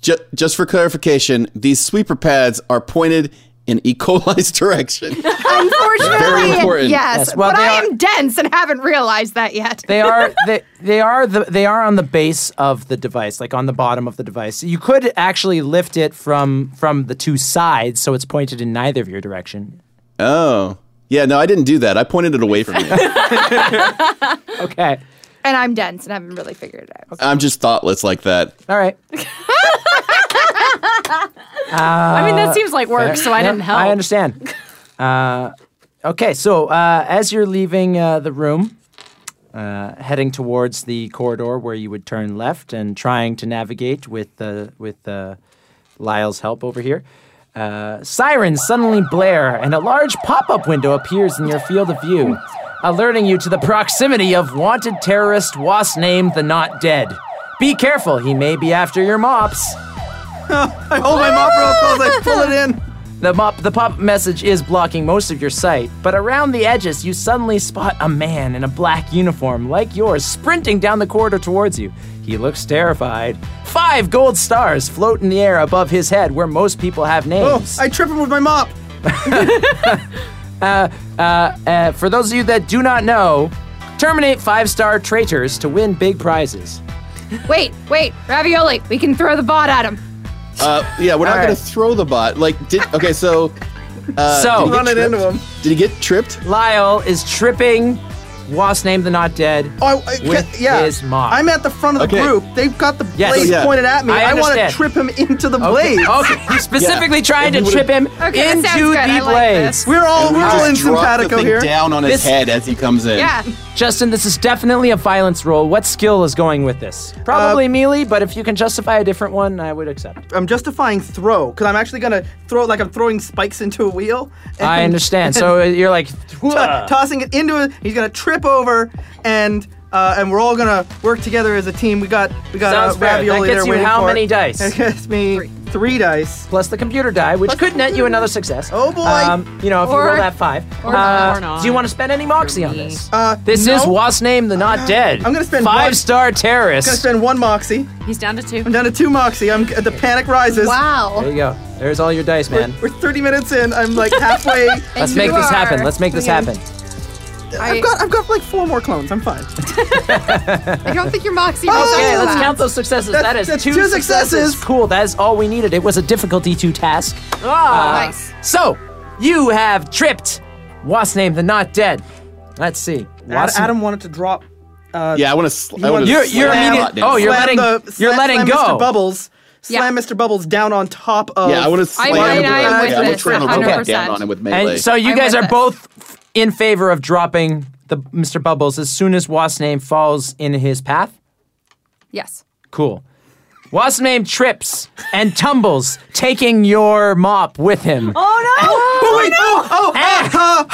[SPEAKER 6] Ju- just for clarification, these sweeper pads are pointed in E. coli's direction. Very
[SPEAKER 8] Unfortunately,
[SPEAKER 6] important.
[SPEAKER 8] yes.
[SPEAKER 7] Yes, well,
[SPEAKER 8] but
[SPEAKER 7] they
[SPEAKER 8] I
[SPEAKER 7] are-
[SPEAKER 8] am dense and haven't realized that yet.
[SPEAKER 7] They are they, they are the they are on the base of the device, like on the bottom of the device. You could actually lift it from from the two sides, so it's pointed in neither of your direction.
[SPEAKER 6] oh, yeah. No, I didn't do that. I pointed it away from you.
[SPEAKER 7] Okay,
[SPEAKER 8] And I'm dense and haven't really figured it out.
[SPEAKER 6] I'm just thoughtless like that.
[SPEAKER 7] all right.
[SPEAKER 4] I mean,
[SPEAKER 3] uh,
[SPEAKER 4] that seems like work, so I
[SPEAKER 7] Yeah,
[SPEAKER 4] didn't help.
[SPEAKER 7] I understand. Uh, okay, so uh, as you're leaving uh, the room, uh, heading towards the corridor where you would turn left, and trying to navigate with uh, with uh, Lyle's help over here. Uh, sirens suddenly blare, and a large pop-up window appears in your field of view, alerting you to the proximity of wanted terrorist Wasp named the Not Dead. Be careful; he may be after your mops.
[SPEAKER 3] I hold Oh, my mop real close. I pull it in.
[SPEAKER 7] The mop, the pop message is blocking most of your sight, but around the edges, you suddenly spot a man in a black uniform like yours sprinting down the corridor towards you. He looks terrified. Five gold stars float in the air above his head, where most people have
[SPEAKER 3] Oh,
[SPEAKER 7] names.
[SPEAKER 3] I trip him with my mop.
[SPEAKER 7] Uh, for those of you that do not know, terminate five star traitors to win big prizes.
[SPEAKER 8] Wait, wait, ravioli. We can throw the bot at him.
[SPEAKER 6] Uh, yeah, we're not
[SPEAKER 7] All
[SPEAKER 6] gonna
[SPEAKER 7] right.
[SPEAKER 6] throw the bot. Like, did okay. So, uh,
[SPEAKER 7] So-
[SPEAKER 6] did he get
[SPEAKER 3] Run it
[SPEAKER 6] tripped?
[SPEAKER 3] into him.
[SPEAKER 6] Did he get tripped?
[SPEAKER 7] Lyle is tripping. Was named the not dead.
[SPEAKER 3] Oh, I, I,
[SPEAKER 7] with
[SPEAKER 3] yeah.
[SPEAKER 7] his mop.
[SPEAKER 3] I'm at the front of the
[SPEAKER 6] Okay.
[SPEAKER 3] group. They've got the
[SPEAKER 7] Yes.
[SPEAKER 3] blade
[SPEAKER 6] Yeah.
[SPEAKER 3] pointed at me.
[SPEAKER 7] I
[SPEAKER 3] want to
[SPEAKER 7] understand.
[SPEAKER 3] trip him into the blade.
[SPEAKER 7] Okay, Oh. you specifically tried
[SPEAKER 6] If
[SPEAKER 7] to
[SPEAKER 6] we
[SPEAKER 7] trip him
[SPEAKER 8] Okay, that
[SPEAKER 7] into
[SPEAKER 8] sounds good. I
[SPEAKER 7] the
[SPEAKER 8] like
[SPEAKER 7] blades.
[SPEAKER 8] this.
[SPEAKER 3] We're all
[SPEAKER 6] And we
[SPEAKER 3] we're all in
[SPEAKER 6] just drop the
[SPEAKER 3] simpatico
[SPEAKER 6] thing
[SPEAKER 3] here.
[SPEAKER 6] down on
[SPEAKER 7] This-
[SPEAKER 6] his head as he comes in.
[SPEAKER 8] Yeah.
[SPEAKER 7] Justin, this is definitely a violence roll. What skill is going with this? Probably melee, but if you can justify a different one, I would accept.
[SPEAKER 3] I'm justifying throw because I'm actually gonna throw it like I'm throwing spikes into a wheel. and
[SPEAKER 7] I understand. So uh, you're like,
[SPEAKER 3] to- tossing it into it. He's gonna trip over, and uh, and we're all gonna work together as a team. We got we got
[SPEAKER 7] Sounds
[SPEAKER 3] uh,
[SPEAKER 7] fair. That
[SPEAKER 3] ravioli
[SPEAKER 7] gets
[SPEAKER 3] there
[SPEAKER 7] you
[SPEAKER 3] waiting
[SPEAKER 7] how
[SPEAKER 3] for it.
[SPEAKER 7] many dice?
[SPEAKER 3] It gets me three, dice.
[SPEAKER 7] plus the computer die, which could net you another success. Um,
[SPEAKER 3] Oh, boy.
[SPEAKER 7] you know, if
[SPEAKER 8] Or-
[SPEAKER 7] you roll that five. Uh,
[SPEAKER 4] or not. Or
[SPEAKER 7] Do you
[SPEAKER 4] not.
[SPEAKER 7] want to spend any moxie on this?
[SPEAKER 3] Uh,
[SPEAKER 7] this is
[SPEAKER 3] no.
[SPEAKER 7] Wasp Name the Not Dead.
[SPEAKER 3] I'm gonna spend
[SPEAKER 7] five
[SPEAKER 3] one-
[SPEAKER 7] star terrorist.
[SPEAKER 3] Gonna spend one moxie.
[SPEAKER 4] He's down to two.
[SPEAKER 3] I'm down to two moxie. I'm the panic rises.
[SPEAKER 7] there
[SPEAKER 8] Wow.
[SPEAKER 7] you go. There's all your dice, man.
[SPEAKER 3] We're 30 minutes in. I'm like halfway.
[SPEAKER 7] Let's make
[SPEAKER 8] you
[SPEAKER 7] this happen.
[SPEAKER 8] are-
[SPEAKER 7] Let's make this happen.
[SPEAKER 3] I've got I've got like four more clones. I'm fine.
[SPEAKER 8] I don't think your Moxie
[SPEAKER 7] Okay,
[SPEAKER 8] resolved
[SPEAKER 7] let's
[SPEAKER 8] that.
[SPEAKER 7] count those successes.
[SPEAKER 3] That's-
[SPEAKER 7] that is
[SPEAKER 3] that's
[SPEAKER 7] two,
[SPEAKER 3] two
[SPEAKER 7] successes.
[SPEAKER 3] successes.
[SPEAKER 7] Cool. That is all we needed. It was a difficulty two task. Ah.
[SPEAKER 8] Oh, Nice.
[SPEAKER 7] So you have tripped. Wasp name the not dead. Let's see.
[SPEAKER 3] Ad-
[SPEAKER 7] Wasp-
[SPEAKER 3] Adam wanted to drop. Uh,
[SPEAKER 6] Yeah, I want to. I
[SPEAKER 3] wants-
[SPEAKER 6] want
[SPEAKER 7] You're- you're immediate- oh, you're-
[SPEAKER 3] slam
[SPEAKER 7] letting-
[SPEAKER 3] the,
[SPEAKER 7] you're
[SPEAKER 3] slam,
[SPEAKER 7] letting
[SPEAKER 3] slam
[SPEAKER 7] go.
[SPEAKER 3] Mr. Bubbles.
[SPEAKER 8] Yeah.
[SPEAKER 3] Slam Mr. Bubbles down on top of.
[SPEAKER 6] Yeah, I want to
[SPEAKER 8] I'm
[SPEAKER 6] slam
[SPEAKER 8] with-
[SPEAKER 6] the
[SPEAKER 8] I am
[SPEAKER 6] rope.
[SPEAKER 8] with
[SPEAKER 6] Yeah, I want
[SPEAKER 8] this,
[SPEAKER 6] to turn the rope
[SPEAKER 8] 100%.
[SPEAKER 6] down on him with melee.
[SPEAKER 7] And so you
[SPEAKER 8] I'm
[SPEAKER 7] guys
[SPEAKER 8] with
[SPEAKER 7] are
[SPEAKER 8] this.
[SPEAKER 7] both in favor of dropping the Mr. Bubbles as soon as Wasp name falls in his path.
[SPEAKER 8] Yes.
[SPEAKER 7] Cool. Wasp name trips and tumbles, taking your mop with him.
[SPEAKER 3] Oh wait! Oh,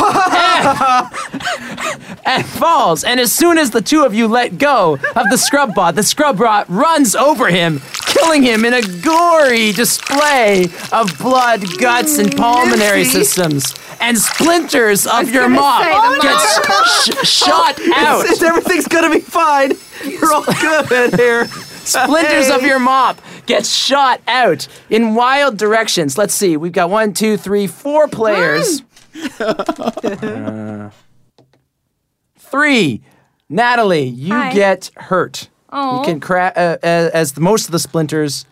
[SPEAKER 3] oh,
[SPEAKER 7] Eh. and falls. And as soon as the two of you let go of the scrub bot, the scrub bot runs over him, killing him in a gory display of blood, guts,
[SPEAKER 8] Mm,
[SPEAKER 7] and pulmonary systems. And splinters of your mop
[SPEAKER 8] say, the
[SPEAKER 7] gets sh- sh- shot out.
[SPEAKER 3] It's- everything's gonna be fine. You're all good here.
[SPEAKER 7] Splinters of
[SPEAKER 3] Hey.
[SPEAKER 7] your mop gets shot out in wild directions. Let's see. We've got one, two, three, four players. Uh, three. Natalie, you
[SPEAKER 5] Hi.
[SPEAKER 7] get hurt. You
[SPEAKER 5] Aw.
[SPEAKER 7] uh, can cra- uh, as, as most of the splinters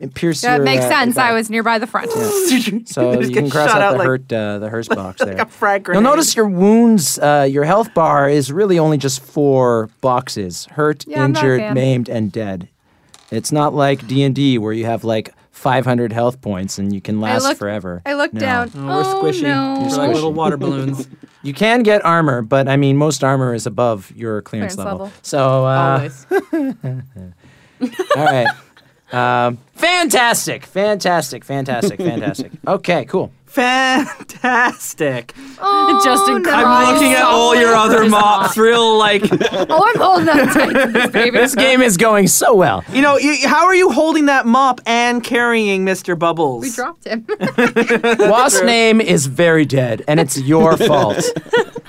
[SPEAKER 7] it pierces.
[SPEAKER 5] That
[SPEAKER 7] your,
[SPEAKER 5] makes
[SPEAKER 7] uh,
[SPEAKER 5] sense.
[SPEAKER 7] back.
[SPEAKER 5] I was nearby the front.
[SPEAKER 7] So
[SPEAKER 3] Just
[SPEAKER 7] you
[SPEAKER 3] get
[SPEAKER 7] can cross
[SPEAKER 3] shot
[SPEAKER 7] out,
[SPEAKER 3] out
[SPEAKER 7] the
[SPEAKER 3] like-
[SPEAKER 7] hurt, uh, the Hearst box there.
[SPEAKER 3] a frag
[SPEAKER 7] You'll
[SPEAKER 3] grenade.
[SPEAKER 7] notice your wounds, uh, your health bar is really only just four boxes: hurt,
[SPEAKER 5] Yeah, I'm not a
[SPEAKER 7] injured,
[SPEAKER 5] fan.
[SPEAKER 7] maimed, and dead. It's not like D and D where you have like 500 health points and you can last
[SPEAKER 5] looked-
[SPEAKER 7] forever.
[SPEAKER 5] I looked
[SPEAKER 7] No.
[SPEAKER 5] down.
[SPEAKER 3] Oh, we're squishy.
[SPEAKER 5] no.
[SPEAKER 3] We're like little water balloons.
[SPEAKER 7] You can get armor, but I mean, most armor is above your clearance,
[SPEAKER 5] Clearance
[SPEAKER 7] level.
[SPEAKER 5] level.
[SPEAKER 7] So, uh,
[SPEAKER 4] Always.
[SPEAKER 7] all right. Um, fantastic, fantastic, fantastic, fantastic. Okay, cool.
[SPEAKER 3] Fantastic.
[SPEAKER 4] Justin
[SPEAKER 3] Oh, I'm looking at all your other mock thrill like
[SPEAKER 5] Oh, I'm holding on tight to this baby.
[SPEAKER 7] This game is going so well.
[SPEAKER 3] you know, you, how are you holding that mop and carrying Mr. Bubbles?
[SPEAKER 5] We dropped him.
[SPEAKER 7] Wasp's name is very dead, and it's your fault.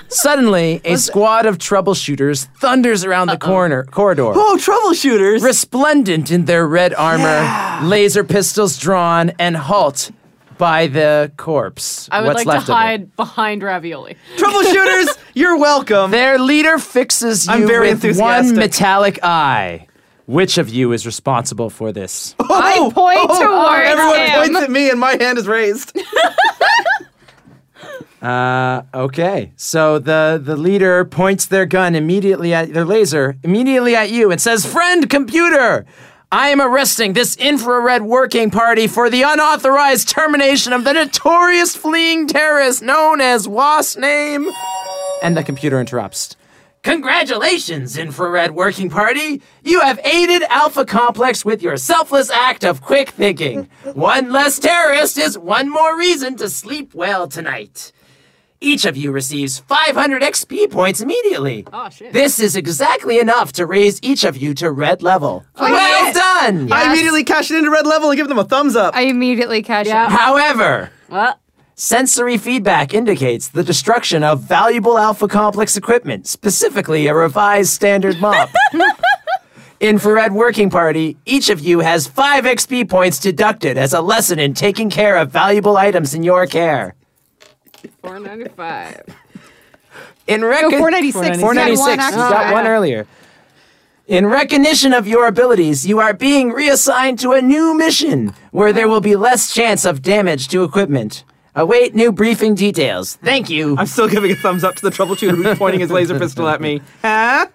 [SPEAKER 7] Suddenly, a squad of troubleshooters thunders around the corner corridor.
[SPEAKER 3] Oh, troubleshooters.
[SPEAKER 7] resplendent in their red armor, laser pistols drawn, and halt by the corpse.
[SPEAKER 4] I would
[SPEAKER 7] What's
[SPEAKER 4] like
[SPEAKER 7] left
[SPEAKER 4] to
[SPEAKER 7] of it.
[SPEAKER 4] hide behind ravioli.
[SPEAKER 3] troubleshooters, you're welcome.
[SPEAKER 7] Their leader fixes you
[SPEAKER 3] I'm very
[SPEAKER 7] with one
[SPEAKER 3] enthusiastic.
[SPEAKER 7] metallic eye. Which of you is responsible for this?
[SPEAKER 8] I point towards
[SPEAKER 3] oh, Everyone
[SPEAKER 8] him.
[SPEAKER 3] points at me and my hand is raised.
[SPEAKER 7] Uh, okay. So the the leader points their gun immediately at their laser immediately at you and says, "Friend computer, I am arresting this infrared working party for the unauthorized termination of the notorious fleeing terrorist known as Wasp name." And the computer interrupts. Congratulations, infrared working party! You have aided Alpha Complex with your selfless act of quick thinking. One less terrorist is one more reason to sleep well tonight. Each of you receives 500 XP points immediately.
[SPEAKER 4] Oh, shit.
[SPEAKER 7] This is exactly enough to raise each of you to red level. well done!
[SPEAKER 3] I immediately cash it into red level and give them a thumbs up.
[SPEAKER 5] I immediately catch
[SPEAKER 4] Yeah.
[SPEAKER 5] him.
[SPEAKER 7] However,
[SPEAKER 4] Well,
[SPEAKER 7] sensory feedback indicates the destruction of valuable Alpha Complex equipment, specifically a revised standard mop. Infrared Working Party, each of you has 5 XP points deducted as a lesson in taking care of valuable items in your care.
[SPEAKER 4] 495.
[SPEAKER 7] In record-
[SPEAKER 5] 496.
[SPEAKER 7] 496. You
[SPEAKER 5] You got one
[SPEAKER 7] got
[SPEAKER 5] extra.
[SPEAKER 7] one earlier. In recognition of your abilities, you are being reassigned to a new mission where there will be less chance of damage to equipment. Await new briefing details. Thank you.
[SPEAKER 3] I'm still giving a thumbs up to the troubleshooter who's pointing his laser pistol at me. Huh?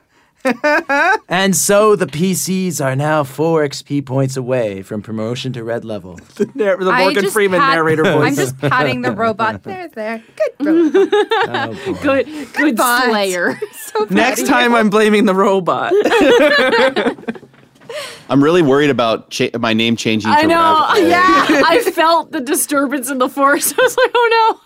[SPEAKER 7] And so the PCs are now 4 XP points away from promotion to red level.
[SPEAKER 3] There, the
[SPEAKER 5] I
[SPEAKER 3] Morgan
[SPEAKER 5] just
[SPEAKER 3] Freeman
[SPEAKER 5] pat-
[SPEAKER 3] narrator voice.
[SPEAKER 5] I'm just patting the robot. There, there. Good robot.
[SPEAKER 4] Good, good
[SPEAKER 5] Goodbye.
[SPEAKER 4] slayer.
[SPEAKER 3] Next time I'm blaming the robot.
[SPEAKER 6] I'm really worried about cha- my name changing.
[SPEAKER 4] I
[SPEAKER 6] to
[SPEAKER 4] know.
[SPEAKER 6] Ravioli.
[SPEAKER 4] Yeah. I felt the disturbance in the forest. I was like, oh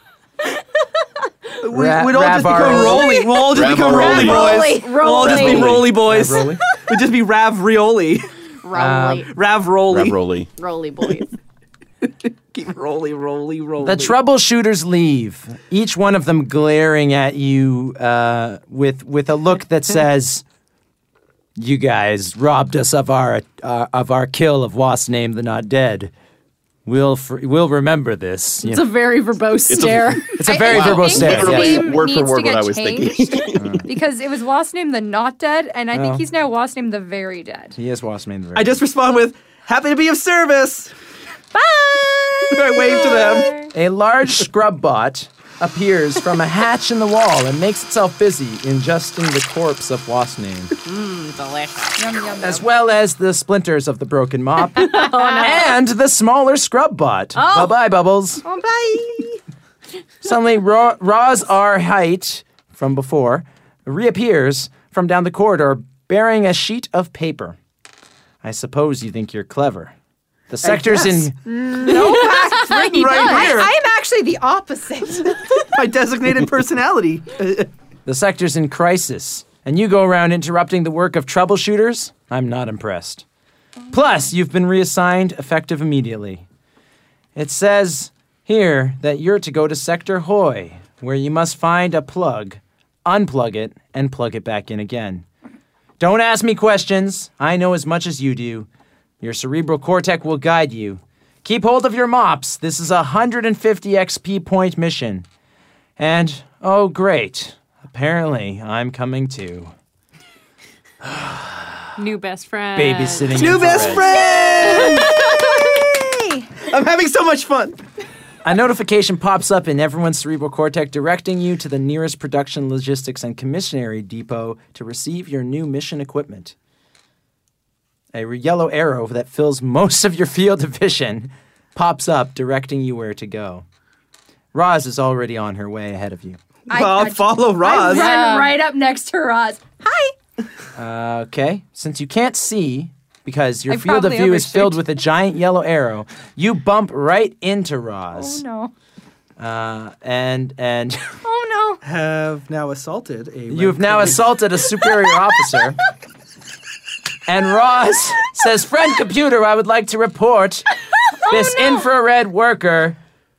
[SPEAKER 3] we, would all just become Rolly. We'll all just become Rolly
[SPEAKER 6] Ravaroli.
[SPEAKER 3] boys. We'll all just be
[SPEAKER 4] Rolly.
[SPEAKER 3] Rolly boys. We'd just be Rav Rioli.
[SPEAKER 4] no. Rolly.
[SPEAKER 7] Um,
[SPEAKER 3] Rav Rolly.
[SPEAKER 6] Ravioli.
[SPEAKER 4] Rolly boys.
[SPEAKER 3] Keep Rolly, Rolly, Rolly.
[SPEAKER 7] The troubleshooters leave, each one of them glaring at you uh, with with a look that says, "You guys robbed us of our uh, of our kill of Wasp name the Not Dead. We'll fr- we'll remember this." You
[SPEAKER 4] It's a
[SPEAKER 7] know,
[SPEAKER 4] very verbose stare.
[SPEAKER 7] It's a, very
[SPEAKER 5] I
[SPEAKER 7] verbose
[SPEAKER 5] think his
[SPEAKER 7] stare. yes.
[SPEAKER 6] Literally
[SPEAKER 5] name
[SPEAKER 6] word for
[SPEAKER 5] needs
[SPEAKER 6] word
[SPEAKER 5] to
[SPEAKER 6] what
[SPEAKER 5] get
[SPEAKER 6] I was thinking.
[SPEAKER 5] thinking. because it was Lost Name the Not Dead, and I think
[SPEAKER 7] Oh.
[SPEAKER 5] he's now Lost Name the Very Dead.
[SPEAKER 7] He is Wasp name. the Very
[SPEAKER 3] I just respond with, happy to be of service.
[SPEAKER 5] Bye!
[SPEAKER 3] I wave to them.
[SPEAKER 7] A large scrub bot appears from a hatch in the wall and makes itself busy ingesting the corpse of Wasp name.
[SPEAKER 4] Delicious.
[SPEAKER 5] Yum, yum, Oh,
[SPEAKER 7] as
[SPEAKER 5] yum.
[SPEAKER 7] well as the splinters of the broken mop and the smaller scrub bot. Bye bye, Bubbles.
[SPEAKER 5] Oh, bye!
[SPEAKER 7] Suddenly, Ra- Roz R. Height from before reappears from down the corridor bearing a sheet of paper. I suppose you think you're clever. The sectors in
[SPEAKER 3] Written right here.
[SPEAKER 5] I am actually the opposite.
[SPEAKER 3] My designated personality.
[SPEAKER 7] the sector's in crisis, and you go around interrupting the work of troubleshooters, I'm not impressed. Plus, you've been reassigned effective immediately. It says here that you're to go to Sector Hoy, where you must find a plug, unplug it, and plug it back in again. Don't ask me questions. I know as much as you do. Your cerebral cortex will guide you. Keep hold of your mops. This is a 150 XP point mission. And oh, great. Apparently, I'm coming too.
[SPEAKER 4] New best friend.
[SPEAKER 7] Babysitting.
[SPEAKER 3] New
[SPEAKER 7] infrared.
[SPEAKER 3] best friend. I'm having so much fun.
[SPEAKER 7] A notification pops up in everyone's cerebral cortex directing you to the nearest production logistics and commissionary depot to receive your new mission equipment. A re- yellow arrow that fills most of your field of vision pops up directing you where to go. Roz is already on her way ahead of you.
[SPEAKER 5] I-
[SPEAKER 3] well,
[SPEAKER 5] I-
[SPEAKER 3] follow Roz.
[SPEAKER 5] I run right up next to Roz. Hi.
[SPEAKER 7] Okay, since you can't see because your
[SPEAKER 5] I
[SPEAKER 7] field of
[SPEAKER 5] probably
[SPEAKER 7] view is
[SPEAKER 5] overshoot.
[SPEAKER 7] filled with a giant yellow arrow, you bump right into
[SPEAKER 5] Oh
[SPEAKER 7] Roz.
[SPEAKER 5] no.
[SPEAKER 7] Uh, and and
[SPEAKER 5] Oh no.
[SPEAKER 3] have now assaulted a.
[SPEAKER 7] You have now assaulted a superior officer. And Ross says, Friend computer, I would like to report
[SPEAKER 5] Oh,
[SPEAKER 7] this infrared worker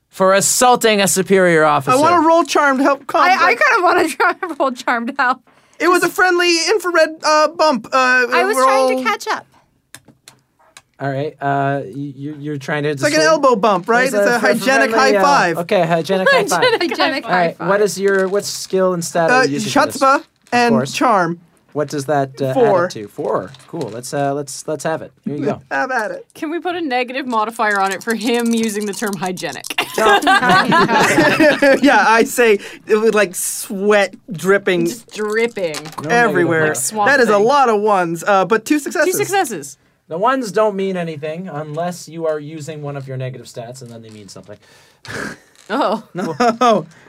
[SPEAKER 7] for assaulting a superior officer.
[SPEAKER 3] I want to roll charm to help calm.
[SPEAKER 5] I,
[SPEAKER 3] down.
[SPEAKER 5] I kind of want to try to roll charmed out.
[SPEAKER 3] it was a friendly infrared uh, bump. Uh,
[SPEAKER 5] I was trying to catch up.
[SPEAKER 7] All right, uh, you, you're trying to.
[SPEAKER 3] It's like an elbow bump, right? It's a, hygienic high five.
[SPEAKER 7] uh, okay, hygienic high five.
[SPEAKER 5] Hygienic
[SPEAKER 7] All right,
[SPEAKER 5] high
[SPEAKER 7] what is your what's skill and stat?
[SPEAKER 3] Uh,
[SPEAKER 7] are you using for this?
[SPEAKER 3] chutzpah and
[SPEAKER 7] course.
[SPEAKER 3] charm.
[SPEAKER 7] What does that uh,
[SPEAKER 3] Four.
[SPEAKER 7] add up to? Four. Cool. Let's uh, let's let's have it. Here you go.
[SPEAKER 3] Have at it.
[SPEAKER 4] Can we put a negative modifier on it for him using the term hygienic?
[SPEAKER 3] yeah, I say it was like sweat dripping
[SPEAKER 4] Just dripping.
[SPEAKER 3] everywhere.
[SPEAKER 7] Like
[SPEAKER 4] swamp
[SPEAKER 3] that is a
[SPEAKER 4] thing.
[SPEAKER 3] lot of ones, uh, but two
[SPEAKER 4] Two
[SPEAKER 3] successes.
[SPEAKER 4] successes.
[SPEAKER 7] The ones don't mean anything unless you are using one of your negative stats and then they mean something.
[SPEAKER 4] Oh,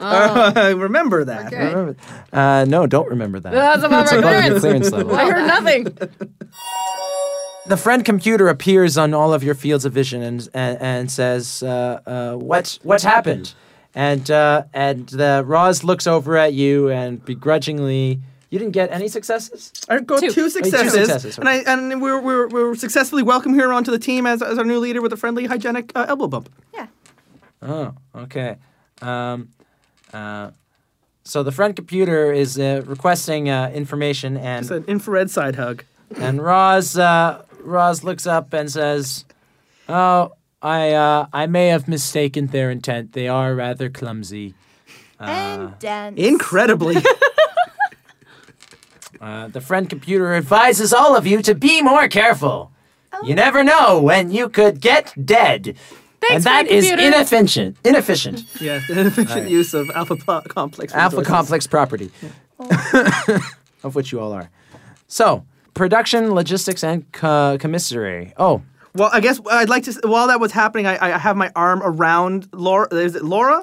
[SPEAKER 3] Oh, uh, remember that.
[SPEAKER 5] Okay.
[SPEAKER 7] Remember- Uh, no, don't remember that.
[SPEAKER 4] that's above our
[SPEAKER 7] Above your
[SPEAKER 4] clearance.
[SPEAKER 7] clearance level.
[SPEAKER 4] I heard nothing.
[SPEAKER 7] The friend computer appears on all of your fields of vision and and, and says, uh, uh, "What's what's happened?" And uh, and the Roz looks over at you and begrudgingly, you didn't get any successes.
[SPEAKER 3] I got two,
[SPEAKER 4] Two. Oh, two
[SPEAKER 3] successes,
[SPEAKER 7] successes,
[SPEAKER 3] and I and we're, we're we're successfully welcome here onto the team as, as our new leader with a friendly hygienic uh, elbow bump.
[SPEAKER 5] Yeah.
[SPEAKER 7] Oh, okay. Um, uh, so the friend computer is uh, requesting uh, information and
[SPEAKER 3] It's an infrared side hug.
[SPEAKER 7] And Roz, uh, Roz looks up and says, "Oh, I, uh, I may have mistaken their intent. They are rather clumsy."
[SPEAKER 5] and dance.
[SPEAKER 3] Incredibly.
[SPEAKER 7] Uh, the friend computer advises all of you to be more careful.
[SPEAKER 4] Oh.
[SPEAKER 7] You never know when you could get dead, and
[SPEAKER 4] Thanks,
[SPEAKER 7] that
[SPEAKER 4] friend
[SPEAKER 7] is
[SPEAKER 4] computer.
[SPEAKER 7] inefficient. Inefficient.
[SPEAKER 3] yeah, the inefficient use of alpha po- complex.
[SPEAKER 7] Alpha
[SPEAKER 3] resources.
[SPEAKER 7] complex property, of which you all are. So, production, logistics, and co- commissary. Oh,
[SPEAKER 3] Well, I guess I'd like to. s- While that was happening, I, I have my arm around Laura. Is it Laura?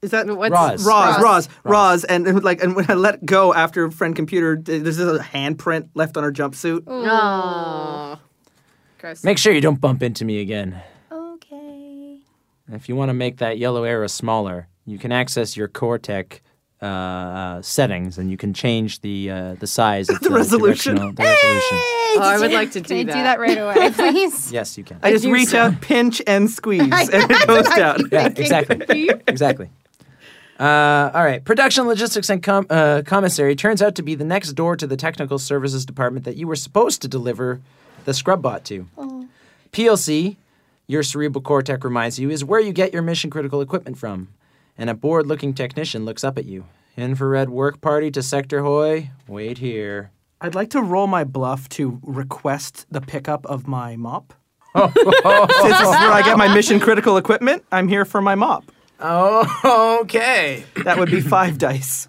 [SPEAKER 3] Is that
[SPEAKER 4] What's-
[SPEAKER 7] Roz.
[SPEAKER 3] Roz,
[SPEAKER 5] Roz.
[SPEAKER 3] Roz, Roz, and, and like, and when I let go after friend computer, th- there's just a handprint left on her jumpsuit.
[SPEAKER 4] Oh.
[SPEAKER 5] Gross.
[SPEAKER 7] make sure you don't bump into me again.
[SPEAKER 5] okay.
[SPEAKER 7] If you want to make that yellow arrow smaller, you can access your Cortec uh, uh, settings, and you can change the uh, the size of the,
[SPEAKER 3] resolution.
[SPEAKER 7] directional- The resolution.
[SPEAKER 4] Oh, I would like to do
[SPEAKER 5] Can
[SPEAKER 4] that.
[SPEAKER 5] I do that right away, please?
[SPEAKER 7] Yes, you can.
[SPEAKER 3] I, just
[SPEAKER 4] do
[SPEAKER 3] reach
[SPEAKER 4] so.
[SPEAKER 3] out, pinch, and squeeze, and it goes down.
[SPEAKER 7] yeah, exactly, exactly. Uh, all right. Production, logistics, and com- uh, commissary turns out to be the next door to the technical services department that you were supposed to deliver the scrub bot to. PLC, your cerebral cortex reminds you, is where you get your mission critical equipment from. And a bored looking technician looks up at you. Infrared work party to Sector Hoy. Wait here.
[SPEAKER 3] I'd like to roll my bluff to request the pickup of my mop. Since this is where I get my mission critical equipment, I'm here for my mop.
[SPEAKER 7] Oh, okay.
[SPEAKER 3] That would be five dice.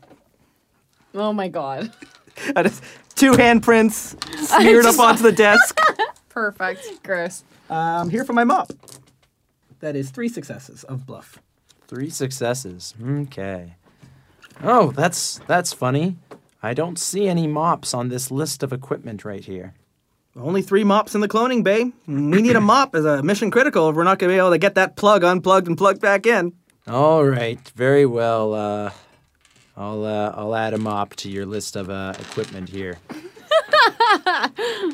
[SPEAKER 4] Oh my god.
[SPEAKER 3] I just- two handprints smeared
[SPEAKER 4] just-
[SPEAKER 3] up onto the desk.
[SPEAKER 5] Perfect.
[SPEAKER 4] Gross.
[SPEAKER 3] I'm here for my mop. That is three successes of bluff.
[SPEAKER 7] Three successes. Okay. Oh, that's that's funny. I don't see any mops on this list of equipment right here.
[SPEAKER 3] Only three mops in the cloning bay. We need a mop as a mission critical if we're not going to be able to get that plug unplugged and plugged back in.
[SPEAKER 7] All right, very well. Uh, I'll uh, I'll add a mop to your list of uh, equipment here.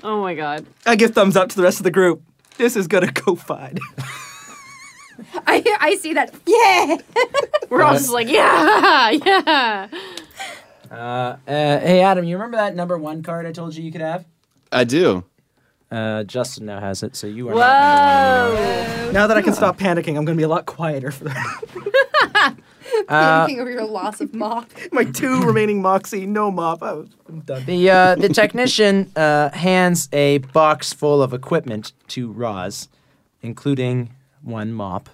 [SPEAKER 4] Oh my god.
[SPEAKER 3] I give thumbs up to the rest of the group. This is going to go fine.
[SPEAKER 5] I, I see that. Yeah.
[SPEAKER 4] We're all just like, yeah, yeah.
[SPEAKER 7] Uh, uh, hey, Adam, you remember that number one card I told you you could have?
[SPEAKER 6] I do.
[SPEAKER 7] Uh, Justin now has it, so you are not.
[SPEAKER 4] Whoa.
[SPEAKER 3] now that I can stop panicking, I'm going to be a lot quieter for that.
[SPEAKER 7] Uh,
[SPEAKER 5] Panicking over your loss of mop.
[SPEAKER 3] My two remaining moxie, no mop. I was- I'm done.
[SPEAKER 7] The uh, the technician uh, hands a box full of equipment to Roz, including one mop.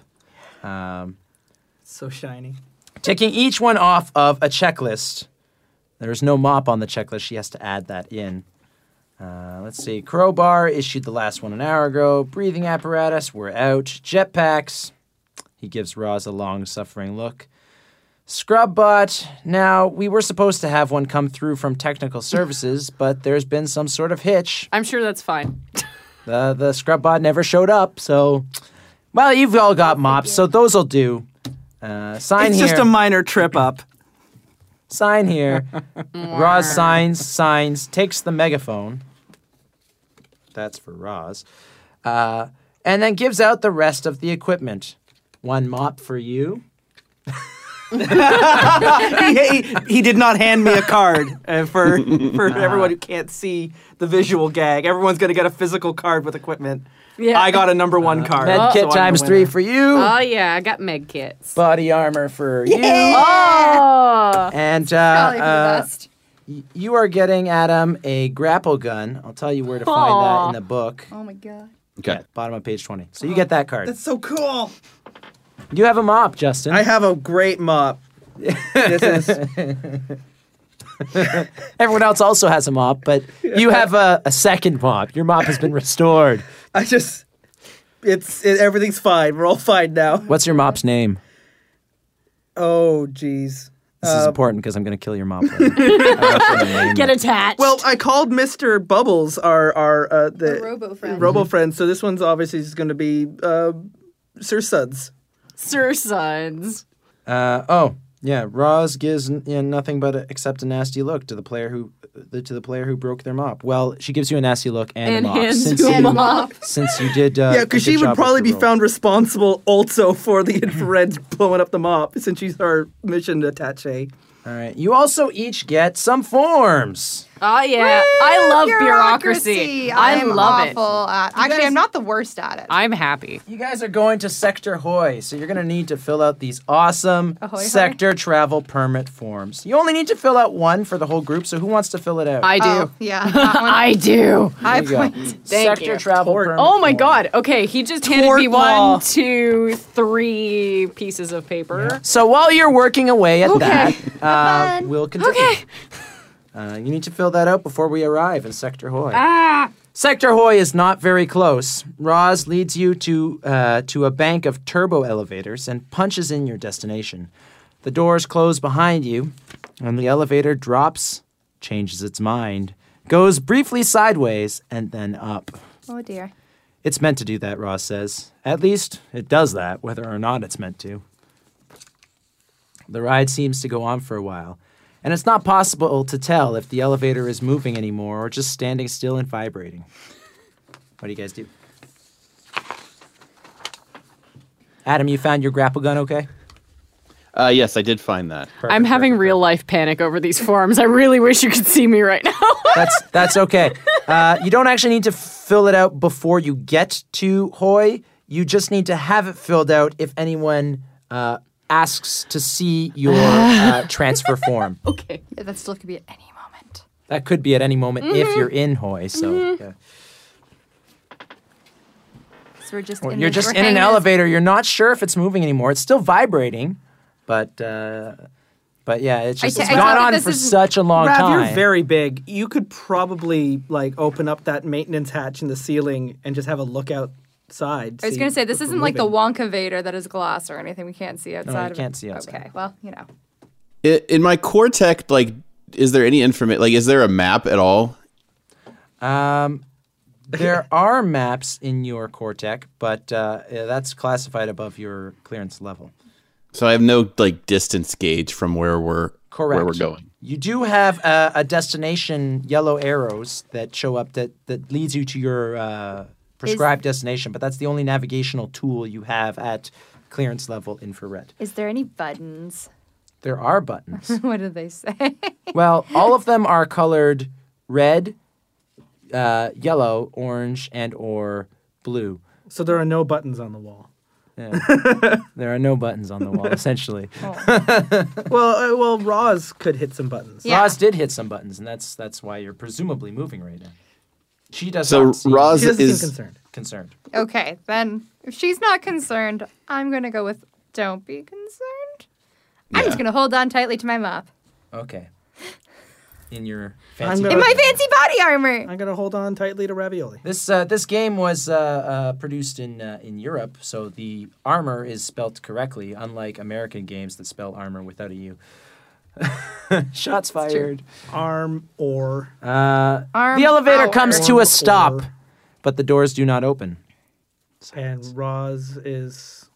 [SPEAKER 7] Um,
[SPEAKER 3] So shiny.
[SPEAKER 7] taking each one off of a checklist. There's no mop on the checklist. She has to add that in. Uh, let's see. Crowbar issued the last one an hour ago. Breathing apparatus, we're out. Jetpacks. He gives Roz a long suffering look. Scrub bot. Now, we were supposed to have one come through from technical services, but there's been some sort of hitch.
[SPEAKER 4] I'm sure that's fine.
[SPEAKER 7] The the scrub bod never showed up, so well, you've all got mops, so those'll do. Uh, sign
[SPEAKER 3] It's
[SPEAKER 7] here.
[SPEAKER 3] just a minor trip up.
[SPEAKER 7] sign here. Roz signs, signs, takes the megaphone. That's for Roz. Uh, and then gives out the rest of the equipment. One mop for you.
[SPEAKER 3] he, he, he did not hand me a card uh, for for everyone who can't see the visual gag. Everyone's gonna get a physical card with equipment.
[SPEAKER 4] Yeah.
[SPEAKER 3] I got a number one
[SPEAKER 5] Oh.
[SPEAKER 3] card. so
[SPEAKER 7] Med kit
[SPEAKER 3] I'm the
[SPEAKER 7] times three
[SPEAKER 3] winner.
[SPEAKER 7] for you.
[SPEAKER 4] Oh yeah, I got med kits.
[SPEAKER 7] Body armor for you.
[SPEAKER 4] Oh,
[SPEAKER 7] And uh,
[SPEAKER 5] Probably for
[SPEAKER 7] uh,
[SPEAKER 5] the best.
[SPEAKER 7] y- you are getting Adam a grapple gun. I'll tell you where to find that in the book.
[SPEAKER 5] Oh my god.
[SPEAKER 6] Okay.
[SPEAKER 7] Bottom of page 20. So you get that card.
[SPEAKER 3] That's so cool.
[SPEAKER 7] You have a mop, Justin.
[SPEAKER 3] I have a great mop. this is
[SPEAKER 7] Everyone else also has a mop, but you have a, a second mop. Your mop has been restored.
[SPEAKER 3] I just it's it, everything's fine. We're all fine now.
[SPEAKER 7] What's your mop's name?
[SPEAKER 3] Oh jeez.
[SPEAKER 7] This is important because I'm going to kill your mop. later.
[SPEAKER 4] get attached.
[SPEAKER 3] Well, I called Mr. Bubbles, our our uh, the
[SPEAKER 5] A robo friend.
[SPEAKER 7] Mm-hmm.
[SPEAKER 3] robo friend. So this one's obviously just going to be uh, Sir Suds.
[SPEAKER 4] Sir Sons.
[SPEAKER 7] uh, oh, yeah. Roz gives n- yeah, nothing but a, except a nasty look to the player who the, to the player who broke their mop. Well, she gives you a nasty look and,
[SPEAKER 4] And
[SPEAKER 7] a mop
[SPEAKER 4] hands
[SPEAKER 7] since
[SPEAKER 4] you a
[SPEAKER 7] you
[SPEAKER 4] mop.
[SPEAKER 7] since you did. Uh,
[SPEAKER 3] Yeah,
[SPEAKER 7] a good
[SPEAKER 3] because she
[SPEAKER 7] job
[SPEAKER 3] would
[SPEAKER 7] with
[SPEAKER 3] probably
[SPEAKER 7] your
[SPEAKER 3] be
[SPEAKER 7] roll.
[SPEAKER 3] found responsible also for the infrared blowing up the mop, since she's our mission attache.
[SPEAKER 7] All right. You also each get some forms.
[SPEAKER 4] Oh yeah, I love bureaucracy. I
[SPEAKER 5] I'm
[SPEAKER 4] love
[SPEAKER 5] awful
[SPEAKER 4] it.
[SPEAKER 5] At, actually, I'm not the worst at it.
[SPEAKER 4] I'm happy.
[SPEAKER 7] You guys are going to Sector Hoy, so you're going to need to fill out these awesome
[SPEAKER 5] Ahoy hoy.
[SPEAKER 7] Sector travel permit forms. You only need to fill out one for the whole group, so who wants to fill it out?
[SPEAKER 4] I do.
[SPEAKER 5] Oh, yeah. that one.
[SPEAKER 4] I do.
[SPEAKER 5] I
[SPEAKER 7] There you go.
[SPEAKER 5] point.
[SPEAKER 7] Mm. Sector
[SPEAKER 4] you.
[SPEAKER 7] travel permit.
[SPEAKER 4] Oh my
[SPEAKER 7] form.
[SPEAKER 4] god. Okay, he just handed
[SPEAKER 3] Tort
[SPEAKER 4] me
[SPEAKER 3] law.
[SPEAKER 4] one, two, three pieces of paper.
[SPEAKER 7] So while you're working away at that, uh, we'll continue.
[SPEAKER 4] Okay.
[SPEAKER 7] Uh, you need to fill that out before we arrive in Sector Hoy. Sector Hoy is not very close. Roz leads you to uh, to a bank of turbo elevators and punches in your destination. The doors close behind you, and the elevator drops, changes its mind, goes briefly sideways, and then up.
[SPEAKER 5] Oh dear.
[SPEAKER 7] It's meant to do that, Roz says. At least it does that, whether or not it's meant to. The ride seems to go on for a while, and it's not possible to tell if the elevator is moving anymore or just standing still and vibrating. What do you guys do? Adam, you found your grapple gun okay?
[SPEAKER 6] Uh, yes, I did find that.
[SPEAKER 4] I'm having real life panic over these forms. I really wish you could see me right now.
[SPEAKER 7] That's that's okay. Uh, you don't actually need to fill it out before you get to Hoy. You just need to have it filled out if anyone uh, asks to see your uh, transfer form.
[SPEAKER 4] okay.
[SPEAKER 5] Yeah, that still could be at any moment.
[SPEAKER 7] That could be at any moment
[SPEAKER 5] Mm-hmm.
[SPEAKER 7] if you're in Hoy. So yeah.
[SPEAKER 5] Because we're just
[SPEAKER 7] Or
[SPEAKER 5] in
[SPEAKER 7] you're
[SPEAKER 5] the-
[SPEAKER 7] just
[SPEAKER 5] we're
[SPEAKER 7] in an
[SPEAKER 5] hanging out-
[SPEAKER 7] elevator. You're not sure if it's moving anymore. It's still vibrating, but uh, but yeah, it's
[SPEAKER 5] I
[SPEAKER 7] just
[SPEAKER 5] ta-
[SPEAKER 7] it's
[SPEAKER 5] I
[SPEAKER 7] gone
[SPEAKER 5] take it
[SPEAKER 7] on
[SPEAKER 5] this
[SPEAKER 7] for
[SPEAKER 5] is-
[SPEAKER 7] such a long
[SPEAKER 3] Rav,
[SPEAKER 7] time.
[SPEAKER 3] you're very big. You could probably like open up that maintenance hatch in the ceiling and just have a look outside.
[SPEAKER 5] I was gonna say this isn't like the Wonka Vader that is glass or anything. We can't see outside. of it.
[SPEAKER 7] can't see outside.
[SPEAKER 5] Okay. Well, you know.
[SPEAKER 6] I in my core tech, like, is there any information? Like, is there a map at all?
[SPEAKER 7] there are maps in your Cortec, but uh, yeah, that's classified above your clearance level.
[SPEAKER 6] So I have no like distance gauge from where we're
[SPEAKER 7] Correct.
[SPEAKER 6] where we're going.
[SPEAKER 7] You do have a, a destination yellow arrows that show up that that leads you to your uh, prescribed destination, but that's the only navigational tool you have at clearance level infrared.
[SPEAKER 5] Is there any buttons?
[SPEAKER 7] There are buttons.
[SPEAKER 5] What do they say?
[SPEAKER 7] well, all of them are colored red, uh, yellow, orange, and or blue.
[SPEAKER 3] So there are no buttons on the wall.
[SPEAKER 7] There are no buttons on the wall, essentially.
[SPEAKER 3] well, uh, well, Roz could hit some buttons.
[SPEAKER 5] Yeah.
[SPEAKER 7] Roz did hit some buttons, and that's that's why you're presumably moving right now. She does.
[SPEAKER 6] So
[SPEAKER 7] not see
[SPEAKER 6] Roz
[SPEAKER 3] She doesn't
[SPEAKER 6] is
[SPEAKER 3] seem concerned.
[SPEAKER 7] concerned.
[SPEAKER 5] Okay, then if she's not concerned, I'm gonna go with don't be concerned. I'm just gonna hold on tightly to my mop.
[SPEAKER 7] Okay. In your fancy.
[SPEAKER 3] gonna-
[SPEAKER 5] In my fancy body armor!
[SPEAKER 3] I'm gonna hold on tightly to ravioli.
[SPEAKER 7] This uh, this game was uh, uh, produced in uh, in Europe, so the armor is spelt correctly, unlike American games that spell armor without a U. Shots fired.
[SPEAKER 3] Arm or
[SPEAKER 7] Uh,
[SPEAKER 5] Arm
[SPEAKER 7] the elevator
[SPEAKER 5] power.
[SPEAKER 7] comes to a stop,
[SPEAKER 3] Or-
[SPEAKER 7] but the doors do not open.
[SPEAKER 3] and Roz is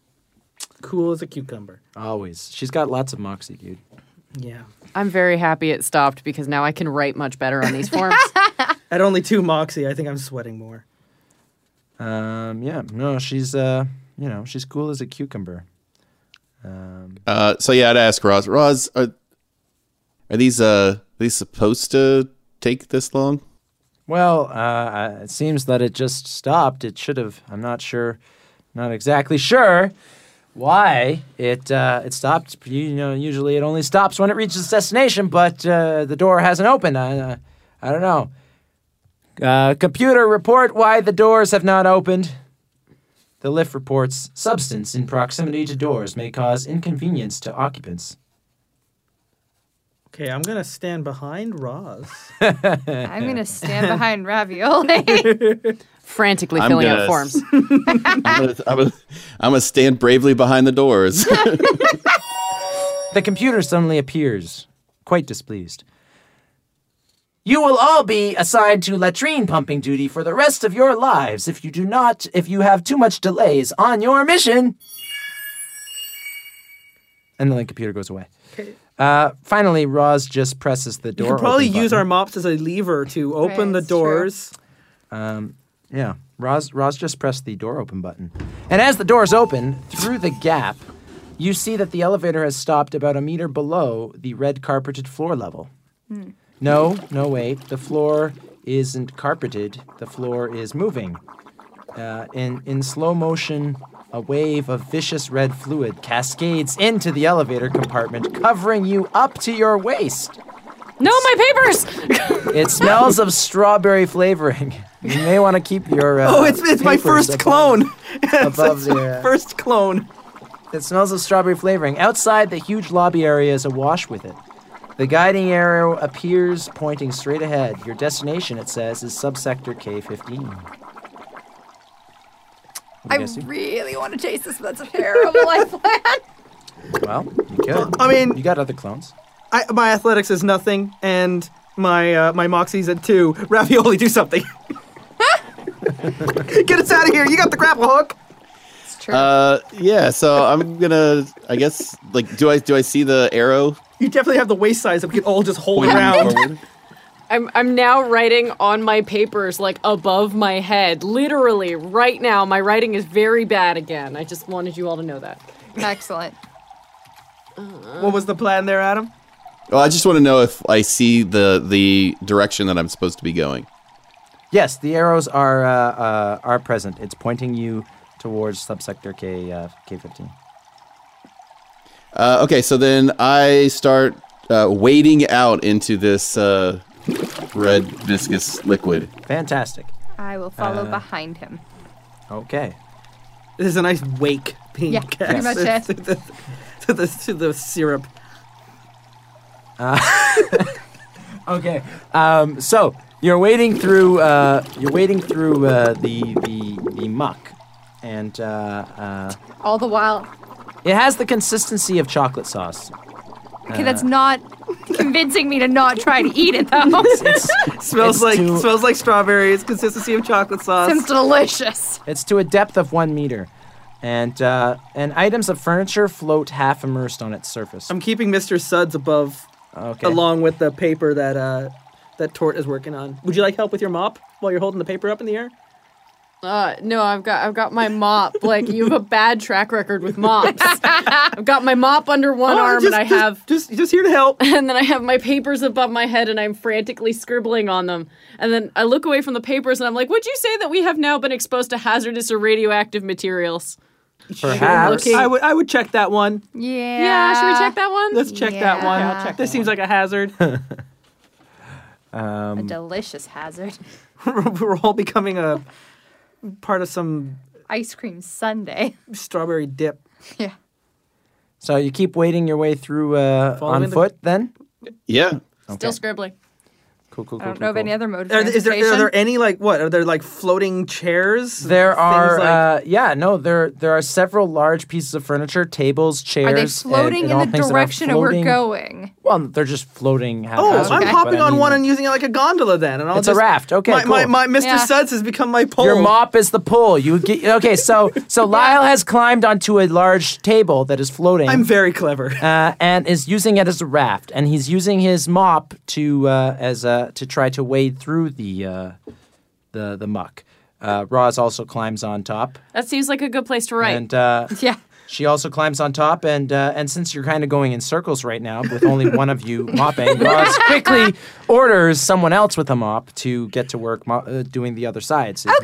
[SPEAKER 3] cool as a cucumber.
[SPEAKER 7] Always, she's got lots of moxie, dude.
[SPEAKER 3] Yeah.
[SPEAKER 4] I'm very happy it stopped because now I can write much better on these forms.
[SPEAKER 3] At only two moxie, I think I'm sweating more.
[SPEAKER 7] Um, yeah, no, she's uh, you know, she's cool as a cucumber. Um,
[SPEAKER 6] Uh, so yeah, I'd ask Roz. Roz, are are these uh are these supposed to take this long?
[SPEAKER 7] well, uh, uh, it seems that it just stopped. It should have. I'm not sure, not exactly sure why it uh, it stopped. You, know, usually it only stops when it reaches its destination, but uh, the door hasn't opened. I uh, I don't know. Uh, computer report why the doors have not opened. The lift reports substance in proximity to doors may cause inconvenience to occupants.
[SPEAKER 3] Okay, I'm gonna stand behind Roz.
[SPEAKER 5] I'm gonna stand behind ravioli.
[SPEAKER 4] Frantically
[SPEAKER 6] I'm
[SPEAKER 4] filling
[SPEAKER 6] gonna
[SPEAKER 4] out forms.
[SPEAKER 6] I'm gonna, I'm gonna, I'm gonna stand bravely behind the doors.
[SPEAKER 7] The computer suddenly appears, quite displeased. You will all be assigned to latrine pumping duty for the rest of your lives if you do not if you have too much delays on your mission. And then the computer goes away. Uh, finally, Roz just presses the
[SPEAKER 3] You
[SPEAKER 7] door.
[SPEAKER 3] could probably
[SPEAKER 7] open
[SPEAKER 3] use
[SPEAKER 7] button.
[SPEAKER 3] our mops as a lever to open the
[SPEAKER 5] it's true.
[SPEAKER 3] doors.
[SPEAKER 7] Yeah, Roz, Roz just pressed the door open button. And as the doors open, through the gap, you see that the elevator has stopped about a meter below the red carpeted floor level. No, no, wait. The floor isn't carpeted, the floor is moving. Uh, in, in slow motion, a wave of vicious red fluid cascades into the elevator compartment, covering you up to your waist.
[SPEAKER 4] no, my papers!
[SPEAKER 7] It smells of strawberry flavoring. You may want to keep your. Uh,
[SPEAKER 3] Oh, it's it's my
[SPEAKER 7] papers
[SPEAKER 3] first
[SPEAKER 7] above-
[SPEAKER 3] clone.
[SPEAKER 7] above
[SPEAKER 3] It's
[SPEAKER 7] the,
[SPEAKER 3] my
[SPEAKER 7] uh,
[SPEAKER 3] first clone.
[SPEAKER 7] It smells of strawberry flavoring. Outside, the huge lobby area is awash with it. The guiding arrow appears, pointing straight ahead. Your destination, it says, is subsector K15.
[SPEAKER 5] I
[SPEAKER 7] guess you-
[SPEAKER 5] really wanna chase this, but that's a terrible life plan.
[SPEAKER 7] Well, you could.
[SPEAKER 3] I mean-
[SPEAKER 7] you got other clones.
[SPEAKER 3] I, my athletics is nothing, and my uh, my moxie's at two. Ravioli, do something. Get us out of here. You got the grapple hook.
[SPEAKER 5] It's true.
[SPEAKER 6] uh, yeah. So I'm gonna, I guess, like, do I do I see the arrow?
[SPEAKER 3] You definitely have the waist size that we can all just hold
[SPEAKER 6] pointing
[SPEAKER 3] around.
[SPEAKER 6] forward?
[SPEAKER 4] I'm, I'm now writing on my papers, like above my head. Literally, right now, my writing is very bad again. I just wanted you all to know that.
[SPEAKER 5] Excellent.
[SPEAKER 3] what was the plan there, Adam?
[SPEAKER 6] Well, I just want to know if I see the the direction that I'm supposed to be going.
[SPEAKER 7] Yes, the arrows are uh, uh, are present. It's pointing you towards subsector K uh, K15.
[SPEAKER 6] Uh, okay, so then I start uh, wading out into this uh, red viscous liquid.
[SPEAKER 7] Fantastic.
[SPEAKER 5] I will follow behind him.
[SPEAKER 7] Okay.
[SPEAKER 3] This is a nice wake being
[SPEAKER 5] Yeah,
[SPEAKER 3] cast
[SPEAKER 5] pretty much it.
[SPEAKER 3] to the, to, the, to the syrup.
[SPEAKER 7] Okay. Um, so you're wading through uh, you're wading through uh, the the the muck, and uh, uh,
[SPEAKER 5] All the while.
[SPEAKER 7] it has the consistency of chocolate sauce.
[SPEAKER 5] Okay, that's not convincing me to not try to eat it though.
[SPEAKER 7] It's
[SPEAKER 3] Smells
[SPEAKER 7] it's
[SPEAKER 3] like
[SPEAKER 7] to,
[SPEAKER 3] smells like strawberries. Consistency of chocolate sauce.
[SPEAKER 5] Sounds delicious.
[SPEAKER 7] It's to a depth of one meter, and uh, and items of furniture float half immersed on its surface.
[SPEAKER 3] I'm keeping Mr. Suds above,
[SPEAKER 7] Okay.
[SPEAKER 3] along with the paper that uh, that Tort is working on. Would you like help with your mop while you're holding the paper up in the air?
[SPEAKER 4] Uh, no, I've got I've got my mop. Like you have a bad track record with mops. I've got my mop under one
[SPEAKER 3] Oh,
[SPEAKER 4] arm,
[SPEAKER 3] just-
[SPEAKER 4] and I
[SPEAKER 3] just-
[SPEAKER 4] have
[SPEAKER 3] just just here to help.
[SPEAKER 4] and then I have my papers above my head and I'm frantically scribbling on them. And then I look away from the papers and I'm like, would you say that we have now been exposed to hazardous or radioactive materials?
[SPEAKER 7] Perhaps.
[SPEAKER 4] looking-
[SPEAKER 3] I would I would check that one.
[SPEAKER 5] Yeah.
[SPEAKER 4] Yeah, should we check that one?
[SPEAKER 3] Let's check that one.
[SPEAKER 5] Yeah. I'll check
[SPEAKER 3] this seems like a hazard.
[SPEAKER 5] A delicious hazard.
[SPEAKER 3] We're all becoming a part of some
[SPEAKER 5] Ice cream sundae.
[SPEAKER 3] strawberry dip.
[SPEAKER 5] yeah.
[SPEAKER 7] So you keep wading your way through uh,
[SPEAKER 3] Following
[SPEAKER 7] on
[SPEAKER 3] the-
[SPEAKER 7] foot then?
[SPEAKER 6] Yeah.
[SPEAKER 4] Still scribbling.
[SPEAKER 7] Cool, cool, cool.
[SPEAKER 5] I don't
[SPEAKER 7] cool,
[SPEAKER 5] know of
[SPEAKER 7] cool.
[SPEAKER 5] any other mode of
[SPEAKER 3] Are, th- is there, are
[SPEAKER 5] transportation.
[SPEAKER 3] there any like what? Are there like floating chairs?
[SPEAKER 7] There
[SPEAKER 3] Things
[SPEAKER 7] are,
[SPEAKER 3] like-
[SPEAKER 7] uh, yeah, no, there there are several large pieces of furniture, tables, chairs.
[SPEAKER 5] Are they
[SPEAKER 7] and-
[SPEAKER 5] floating
[SPEAKER 7] and all
[SPEAKER 5] in the
[SPEAKER 7] things that are
[SPEAKER 5] direction of
[SPEAKER 7] floating-
[SPEAKER 5] we're going?
[SPEAKER 7] Well, they're just floating.
[SPEAKER 3] oh,
[SPEAKER 7] haphazardly,
[SPEAKER 3] I'm
[SPEAKER 7] but
[SPEAKER 3] hopping
[SPEAKER 7] I
[SPEAKER 3] on
[SPEAKER 7] mean,
[SPEAKER 3] one and using it like a gondola then, and I'll
[SPEAKER 7] It's a
[SPEAKER 3] just,
[SPEAKER 7] raft. Okay,
[SPEAKER 3] my, my,
[SPEAKER 7] cool.
[SPEAKER 3] my Mr.
[SPEAKER 5] Yeah.
[SPEAKER 3] Suds has become my pole.
[SPEAKER 7] Your mop is the pole. You get okay. So so Lyle has climbed onto a large table that is floating.
[SPEAKER 3] I'm very clever.
[SPEAKER 7] uh, and is using it as a raft, and he's using his mop to uh, as uh, to try to wade through the uh, the the muck. Uh, Roz also climbs on top,
[SPEAKER 4] That seems like a good place to write.
[SPEAKER 7] and uh,
[SPEAKER 5] Yeah.
[SPEAKER 7] she also climbs on top. And uh, and since you're kind of going in circles right now with only one of you mopping, Roz quickly orders someone else with a mop to get to work mo- uh, doing the other side. So you can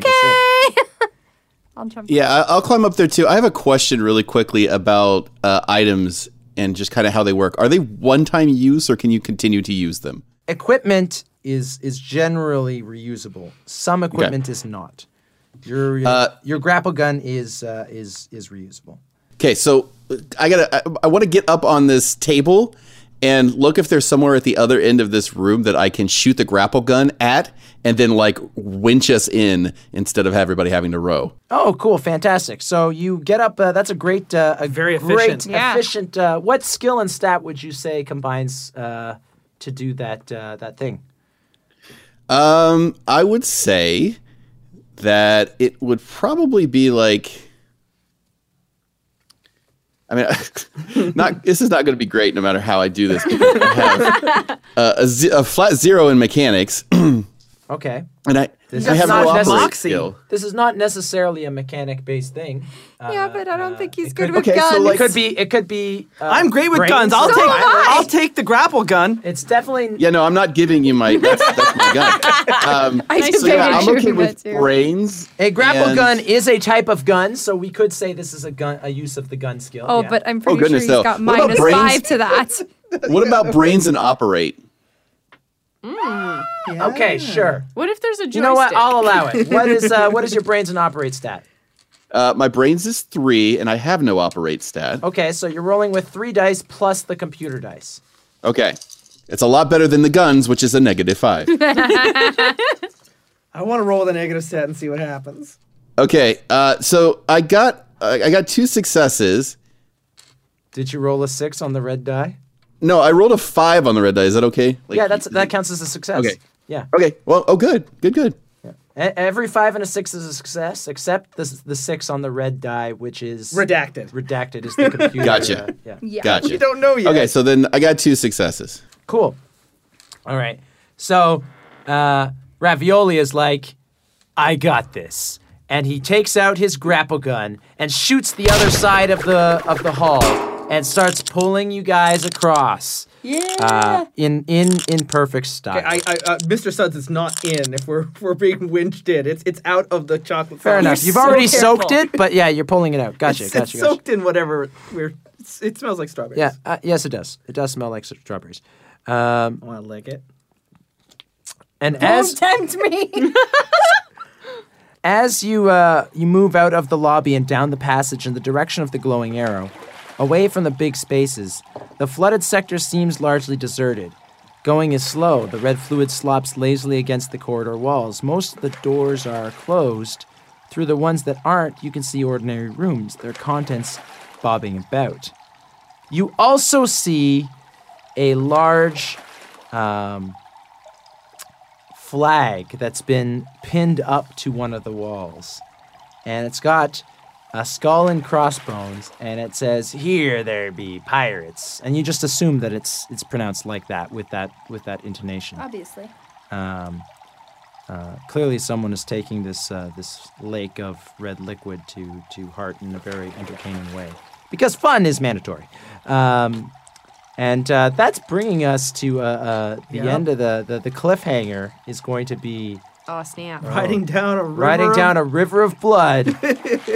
[SPEAKER 7] go straight.
[SPEAKER 5] I'll jump.
[SPEAKER 6] Yeah, I- I'll climb up there too. I have a question really quickly about uh, items and just kind of how they work. Are they one time use or can you continue to use them?
[SPEAKER 7] equipment is is generally reusable. Some equipment is not. Your your, your grapple gun is uh, is is reusable.
[SPEAKER 6] Okay, so uh, I gotta, I, I want to get up on this table and look if there's somewhere at the other end of this room that I can shoot the grapple gun at and then like winch us in instead of everybody having to row.
[SPEAKER 7] Oh, cool, fantastic! So you get up. Uh, that's a great, uh, a
[SPEAKER 3] Very
[SPEAKER 7] great,
[SPEAKER 3] efficient.
[SPEAKER 5] Yeah.
[SPEAKER 7] efficient. Uh, what skill and stat would you say combines uh, to do that uh, that thing?
[SPEAKER 6] Um, I would say that it would probably be like. I mean, not this is not going to be great no matter how I do this. because I have, uh, a, ze- a flat zero in mechanics, and
[SPEAKER 7] Okay,
[SPEAKER 6] I, I
[SPEAKER 7] is
[SPEAKER 6] have
[SPEAKER 7] not
[SPEAKER 6] no operate
[SPEAKER 3] necessary.
[SPEAKER 6] skill.
[SPEAKER 7] this is not necessarily a mechanic based thing.
[SPEAKER 5] yeah, but I don't think he's
[SPEAKER 7] it
[SPEAKER 5] good
[SPEAKER 7] could-
[SPEAKER 5] with
[SPEAKER 6] okay, so,
[SPEAKER 5] guns.
[SPEAKER 7] It
[SPEAKER 6] like-
[SPEAKER 7] could be. It could be. Uh,
[SPEAKER 3] I'm great with
[SPEAKER 7] brains
[SPEAKER 3] guns. I'll
[SPEAKER 7] or
[SPEAKER 3] take
[SPEAKER 7] violence.
[SPEAKER 3] I'll take the grapple gun.
[SPEAKER 7] It's definitely
[SPEAKER 6] Yeah, no, I'm not giving you my that's, that's my gun. Um,
[SPEAKER 5] I just
[SPEAKER 6] so yeah,
[SPEAKER 5] pictured
[SPEAKER 6] I'm okay
[SPEAKER 5] shooting
[SPEAKER 6] with
[SPEAKER 5] that too.
[SPEAKER 6] brains.
[SPEAKER 7] A grapple
[SPEAKER 6] and-
[SPEAKER 7] gun is a type of gun, so we could say this is a gun, a use of the gun skill.
[SPEAKER 5] Oh,
[SPEAKER 7] yeah.
[SPEAKER 5] but I'm pretty
[SPEAKER 6] goodness,
[SPEAKER 5] sure
[SPEAKER 6] no.
[SPEAKER 5] he's got
[SPEAKER 6] What about
[SPEAKER 5] minus
[SPEAKER 6] brains?
[SPEAKER 5] five to that.
[SPEAKER 6] What about brains and operate?
[SPEAKER 7] okay, sure.
[SPEAKER 4] what if there's a joystick?
[SPEAKER 7] You know what? I'll allow it. What is uh, what is your brains and operate stat?
[SPEAKER 6] Uh, my brains is three, and I have no operate stat.
[SPEAKER 7] Okay, so you're rolling with three dice plus the computer dice.
[SPEAKER 6] Okay. It's a lot better than the guns, which is a negative five.
[SPEAKER 3] I want to roll the negative set and see what happens.
[SPEAKER 6] okay. Uh, so I got I I got two successes.
[SPEAKER 7] Did you roll a six on the red die?
[SPEAKER 6] No, I rolled a five on the red die. Is that okay? Like,
[SPEAKER 7] yeah, that's that counts as a success.
[SPEAKER 6] Okay.
[SPEAKER 7] Yeah.
[SPEAKER 6] Okay. Well, oh, good, good, good.
[SPEAKER 7] E- every five and a six is a success, except the the six on the red die, which is
[SPEAKER 3] Redacted.
[SPEAKER 7] Redacted is the computer.
[SPEAKER 6] Gotcha.
[SPEAKER 7] uh, yeah.
[SPEAKER 5] Yeah.
[SPEAKER 6] Gotcha.
[SPEAKER 3] You don't know yet.
[SPEAKER 6] Okay, so then I got two successes.
[SPEAKER 7] Cool. All right. So uh, Ravioli is like, I got this. And he takes out his grapple gun and shoots the other side of the of the hall and starts pulling you guys across. Yeah. in in in perfect style.
[SPEAKER 3] I, I, uh, Mr. Suds is not in. If we're if we're being winched in, it's it's out of the chocolate.
[SPEAKER 7] Fair
[SPEAKER 3] fountain.
[SPEAKER 7] enough. You've
[SPEAKER 4] so
[SPEAKER 7] already
[SPEAKER 4] careful.
[SPEAKER 7] soaked it, but yeah, you're pulling it out. Gotcha.
[SPEAKER 3] It's,
[SPEAKER 7] gotcha.
[SPEAKER 3] it's
[SPEAKER 7] gotcha.
[SPEAKER 3] soaked in whatever we're. It's, it smells like strawberries.
[SPEAKER 7] Yeah. Uh, yes, it does. It does smell like strawberries.
[SPEAKER 3] I want to lick it.
[SPEAKER 7] And as
[SPEAKER 5] tempt me.
[SPEAKER 7] As you uh, you move out of the lobby and down the passage in the direction of the glowing arrow, away from the big spaces, the flooded sector seems largely deserted. Going is slow. The red fluid slops lazily against the corridor walls. Most of the doors are closed. Through the ones that aren't, you can see ordinary rooms, their contents bobbing about. You also see a large flag that's been pinned up to one of the walls. And it's got a skull and crossbones, and it says, Here there be pirates. And you just assume that it's it's pronounced like that with that with that intonation. Um, uh,
[SPEAKER 5] Obviously.
[SPEAKER 7] Clearly someone is taking this uh, this lake of red liquid to to heart in a very entertaining way. Because fun is mandatory. Um, and uh, that's bringing us to uh, uh, the
[SPEAKER 3] Yeah.
[SPEAKER 7] end of the, the the cliffhanger is going to be
[SPEAKER 4] Oh snap!
[SPEAKER 3] Riding down a river.
[SPEAKER 7] riding down a river of blood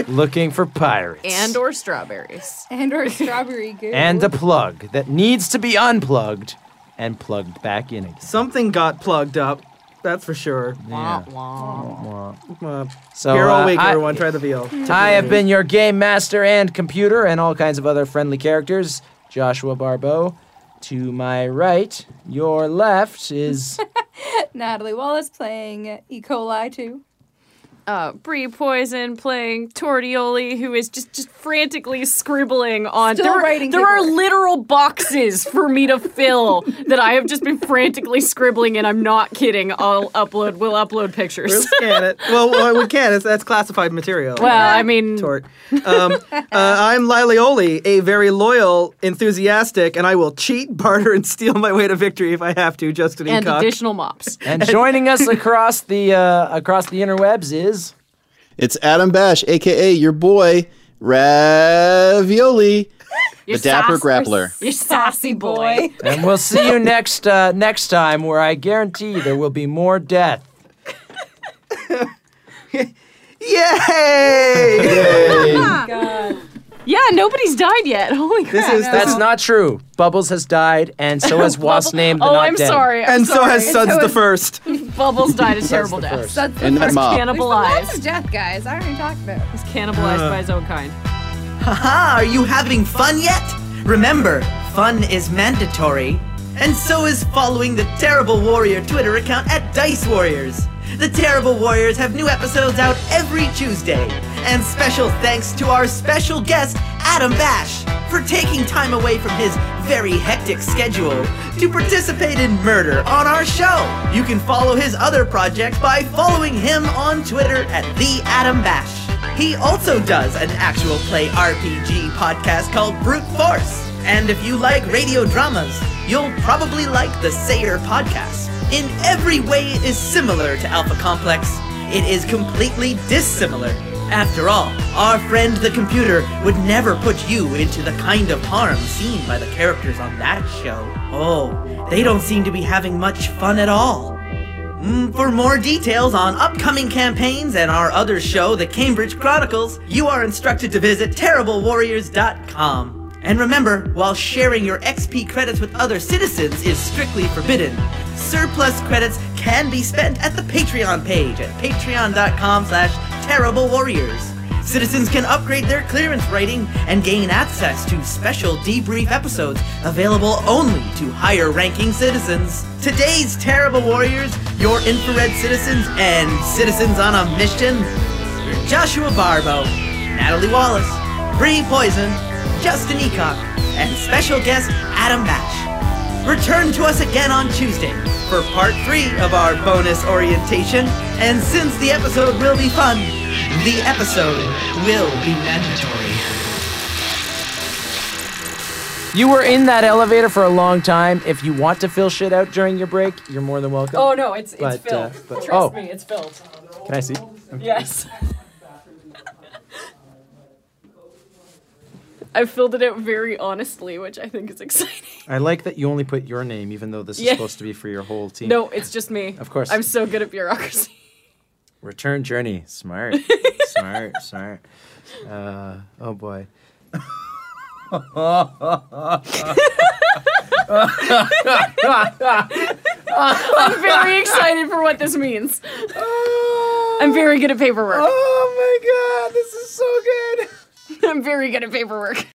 [SPEAKER 7] looking for pirates
[SPEAKER 4] And or strawberries.
[SPEAKER 5] And or strawberry goo.
[SPEAKER 7] and a plug that needs to be unplugged and plugged back in again
[SPEAKER 3] Something got plugged up. that's for sure. Uh,
[SPEAKER 7] So
[SPEAKER 3] here all
[SPEAKER 7] uh,
[SPEAKER 3] week,
[SPEAKER 7] I-
[SPEAKER 3] everyone. Try the veal.
[SPEAKER 7] I have been your game master and computer and all kinds of other friendly characters, Joshua Barbeau. To my right, your left is
[SPEAKER 5] Natalie Wallace playing E. coli too.
[SPEAKER 4] Uh, Bree Poison playing Tortioli, who is just, just frantically scribbling on.
[SPEAKER 5] Still
[SPEAKER 4] there are,
[SPEAKER 5] writing
[SPEAKER 4] there are
[SPEAKER 5] paperwork.
[SPEAKER 4] literal boxes for me to fill that I have just been frantically scribbling, and I'm not kidding. I'll upload. We'll upload
[SPEAKER 3] We'll
[SPEAKER 4] pictures.
[SPEAKER 3] scan it. Well, well, we can. It's, that's classified material.
[SPEAKER 4] Well, Uh, I mean,
[SPEAKER 3] Tort. Um, uh, I'm Lilioli, a very loyal, enthusiastic, and I will cheat, barter, and steal my way to victory if I have to. Justin
[SPEAKER 4] and
[SPEAKER 3] Eacock.
[SPEAKER 4] additional mops.
[SPEAKER 7] and joining us across the uh, across the interwebs is
[SPEAKER 6] It's Adam Bash, aka your boy Ravioli, the dapper grappler.
[SPEAKER 4] You sassy boy.
[SPEAKER 7] and we'll see you next uh, next time where I guarantee there will be more death.
[SPEAKER 3] Yay!
[SPEAKER 4] Yeah, nobody's died yet. Holy crap.
[SPEAKER 3] this is this
[SPEAKER 7] That's
[SPEAKER 3] is.
[SPEAKER 7] not true. Bubbles has died and so has Wasp named the
[SPEAKER 4] oh,
[SPEAKER 7] not
[SPEAKER 4] I'm
[SPEAKER 7] dead.
[SPEAKER 4] sorry. I'm
[SPEAKER 3] And so
[SPEAKER 4] sorry.
[SPEAKER 3] has Suds the first.
[SPEAKER 4] Bubbles died a terrible
[SPEAKER 7] the
[SPEAKER 4] death.
[SPEAKER 7] first.
[SPEAKER 5] That's
[SPEAKER 6] And that
[SPEAKER 5] lots
[SPEAKER 6] mob.
[SPEAKER 4] Cannibalized.
[SPEAKER 5] of death, guys. I already talked about. it.
[SPEAKER 4] He's cannibalized by his own kind.
[SPEAKER 2] Haha, are you having fun yet? Remember, fun is mandatory. And so is following the Terrible Warrior Twitter account at Dice Warriors. The Terrible Warriors have new episodes out every Tuesday. And special thanks to our special guest, Adam Bash, for taking time away from his very hectic schedule to participate in murder on our show. You can follow his other project by following him on Twitter at The Adam Bash. He also does an actual play RPG podcast called Brute Force. And if you like radio dramas, you'll probably like the Sayer podcast. In every way, it is similar to Alpha Complex. It is completely dissimilar. After all, our friend the computer would never put you into the kind of harm seen by the characters on that show. Oh, they don't seem to be having much fun at all. Mm, For more details on upcoming campaigns and our other show, The Cambridge Chronicles, you are instructed to visit terriblewarriors.com. And remember, while sharing your XP credits with other citizens is strictly forbidden, surplus credits can be spent at the Patreon page at patreon.com slash terriblewarriors. Citizens can upgrade their clearance rating and gain access to special debrief episodes available only to higher ranking citizens. Today's Terrible Warriors, your infrared citizens, and citizens on a mission are Joshua Barbo, Natalie Wallace, Bree Poison, Justin Eacock, and special guest Adam Bash. Return to us again on Tuesday for part three of our bonus orientation. And since the episode will be fun, the episode will be mandatory.
[SPEAKER 7] You were in that elevator for a long time. If you want to fill shit out during your break, you're more than welcome.
[SPEAKER 4] Oh no, it's it's
[SPEAKER 7] But,
[SPEAKER 4] filled.
[SPEAKER 7] uh, but-
[SPEAKER 4] Trust
[SPEAKER 7] oh.
[SPEAKER 4] me, it's filled.
[SPEAKER 7] Can I see?
[SPEAKER 4] Yes. I filled it out very honestly, which I think is exciting.
[SPEAKER 7] I like that you only put your name, even though this is
[SPEAKER 4] Yeah.
[SPEAKER 7] supposed to be for your whole team.
[SPEAKER 4] No, it's just me.
[SPEAKER 7] Of course.
[SPEAKER 4] I'm so good at bureaucracy.
[SPEAKER 7] Return journey. Smart. smart. Smart. Uh, oh boy.
[SPEAKER 4] I'm very excited for what this means. I'm very good at paperwork.
[SPEAKER 7] Oh my god, this is so good.
[SPEAKER 4] I'm very good at paperwork.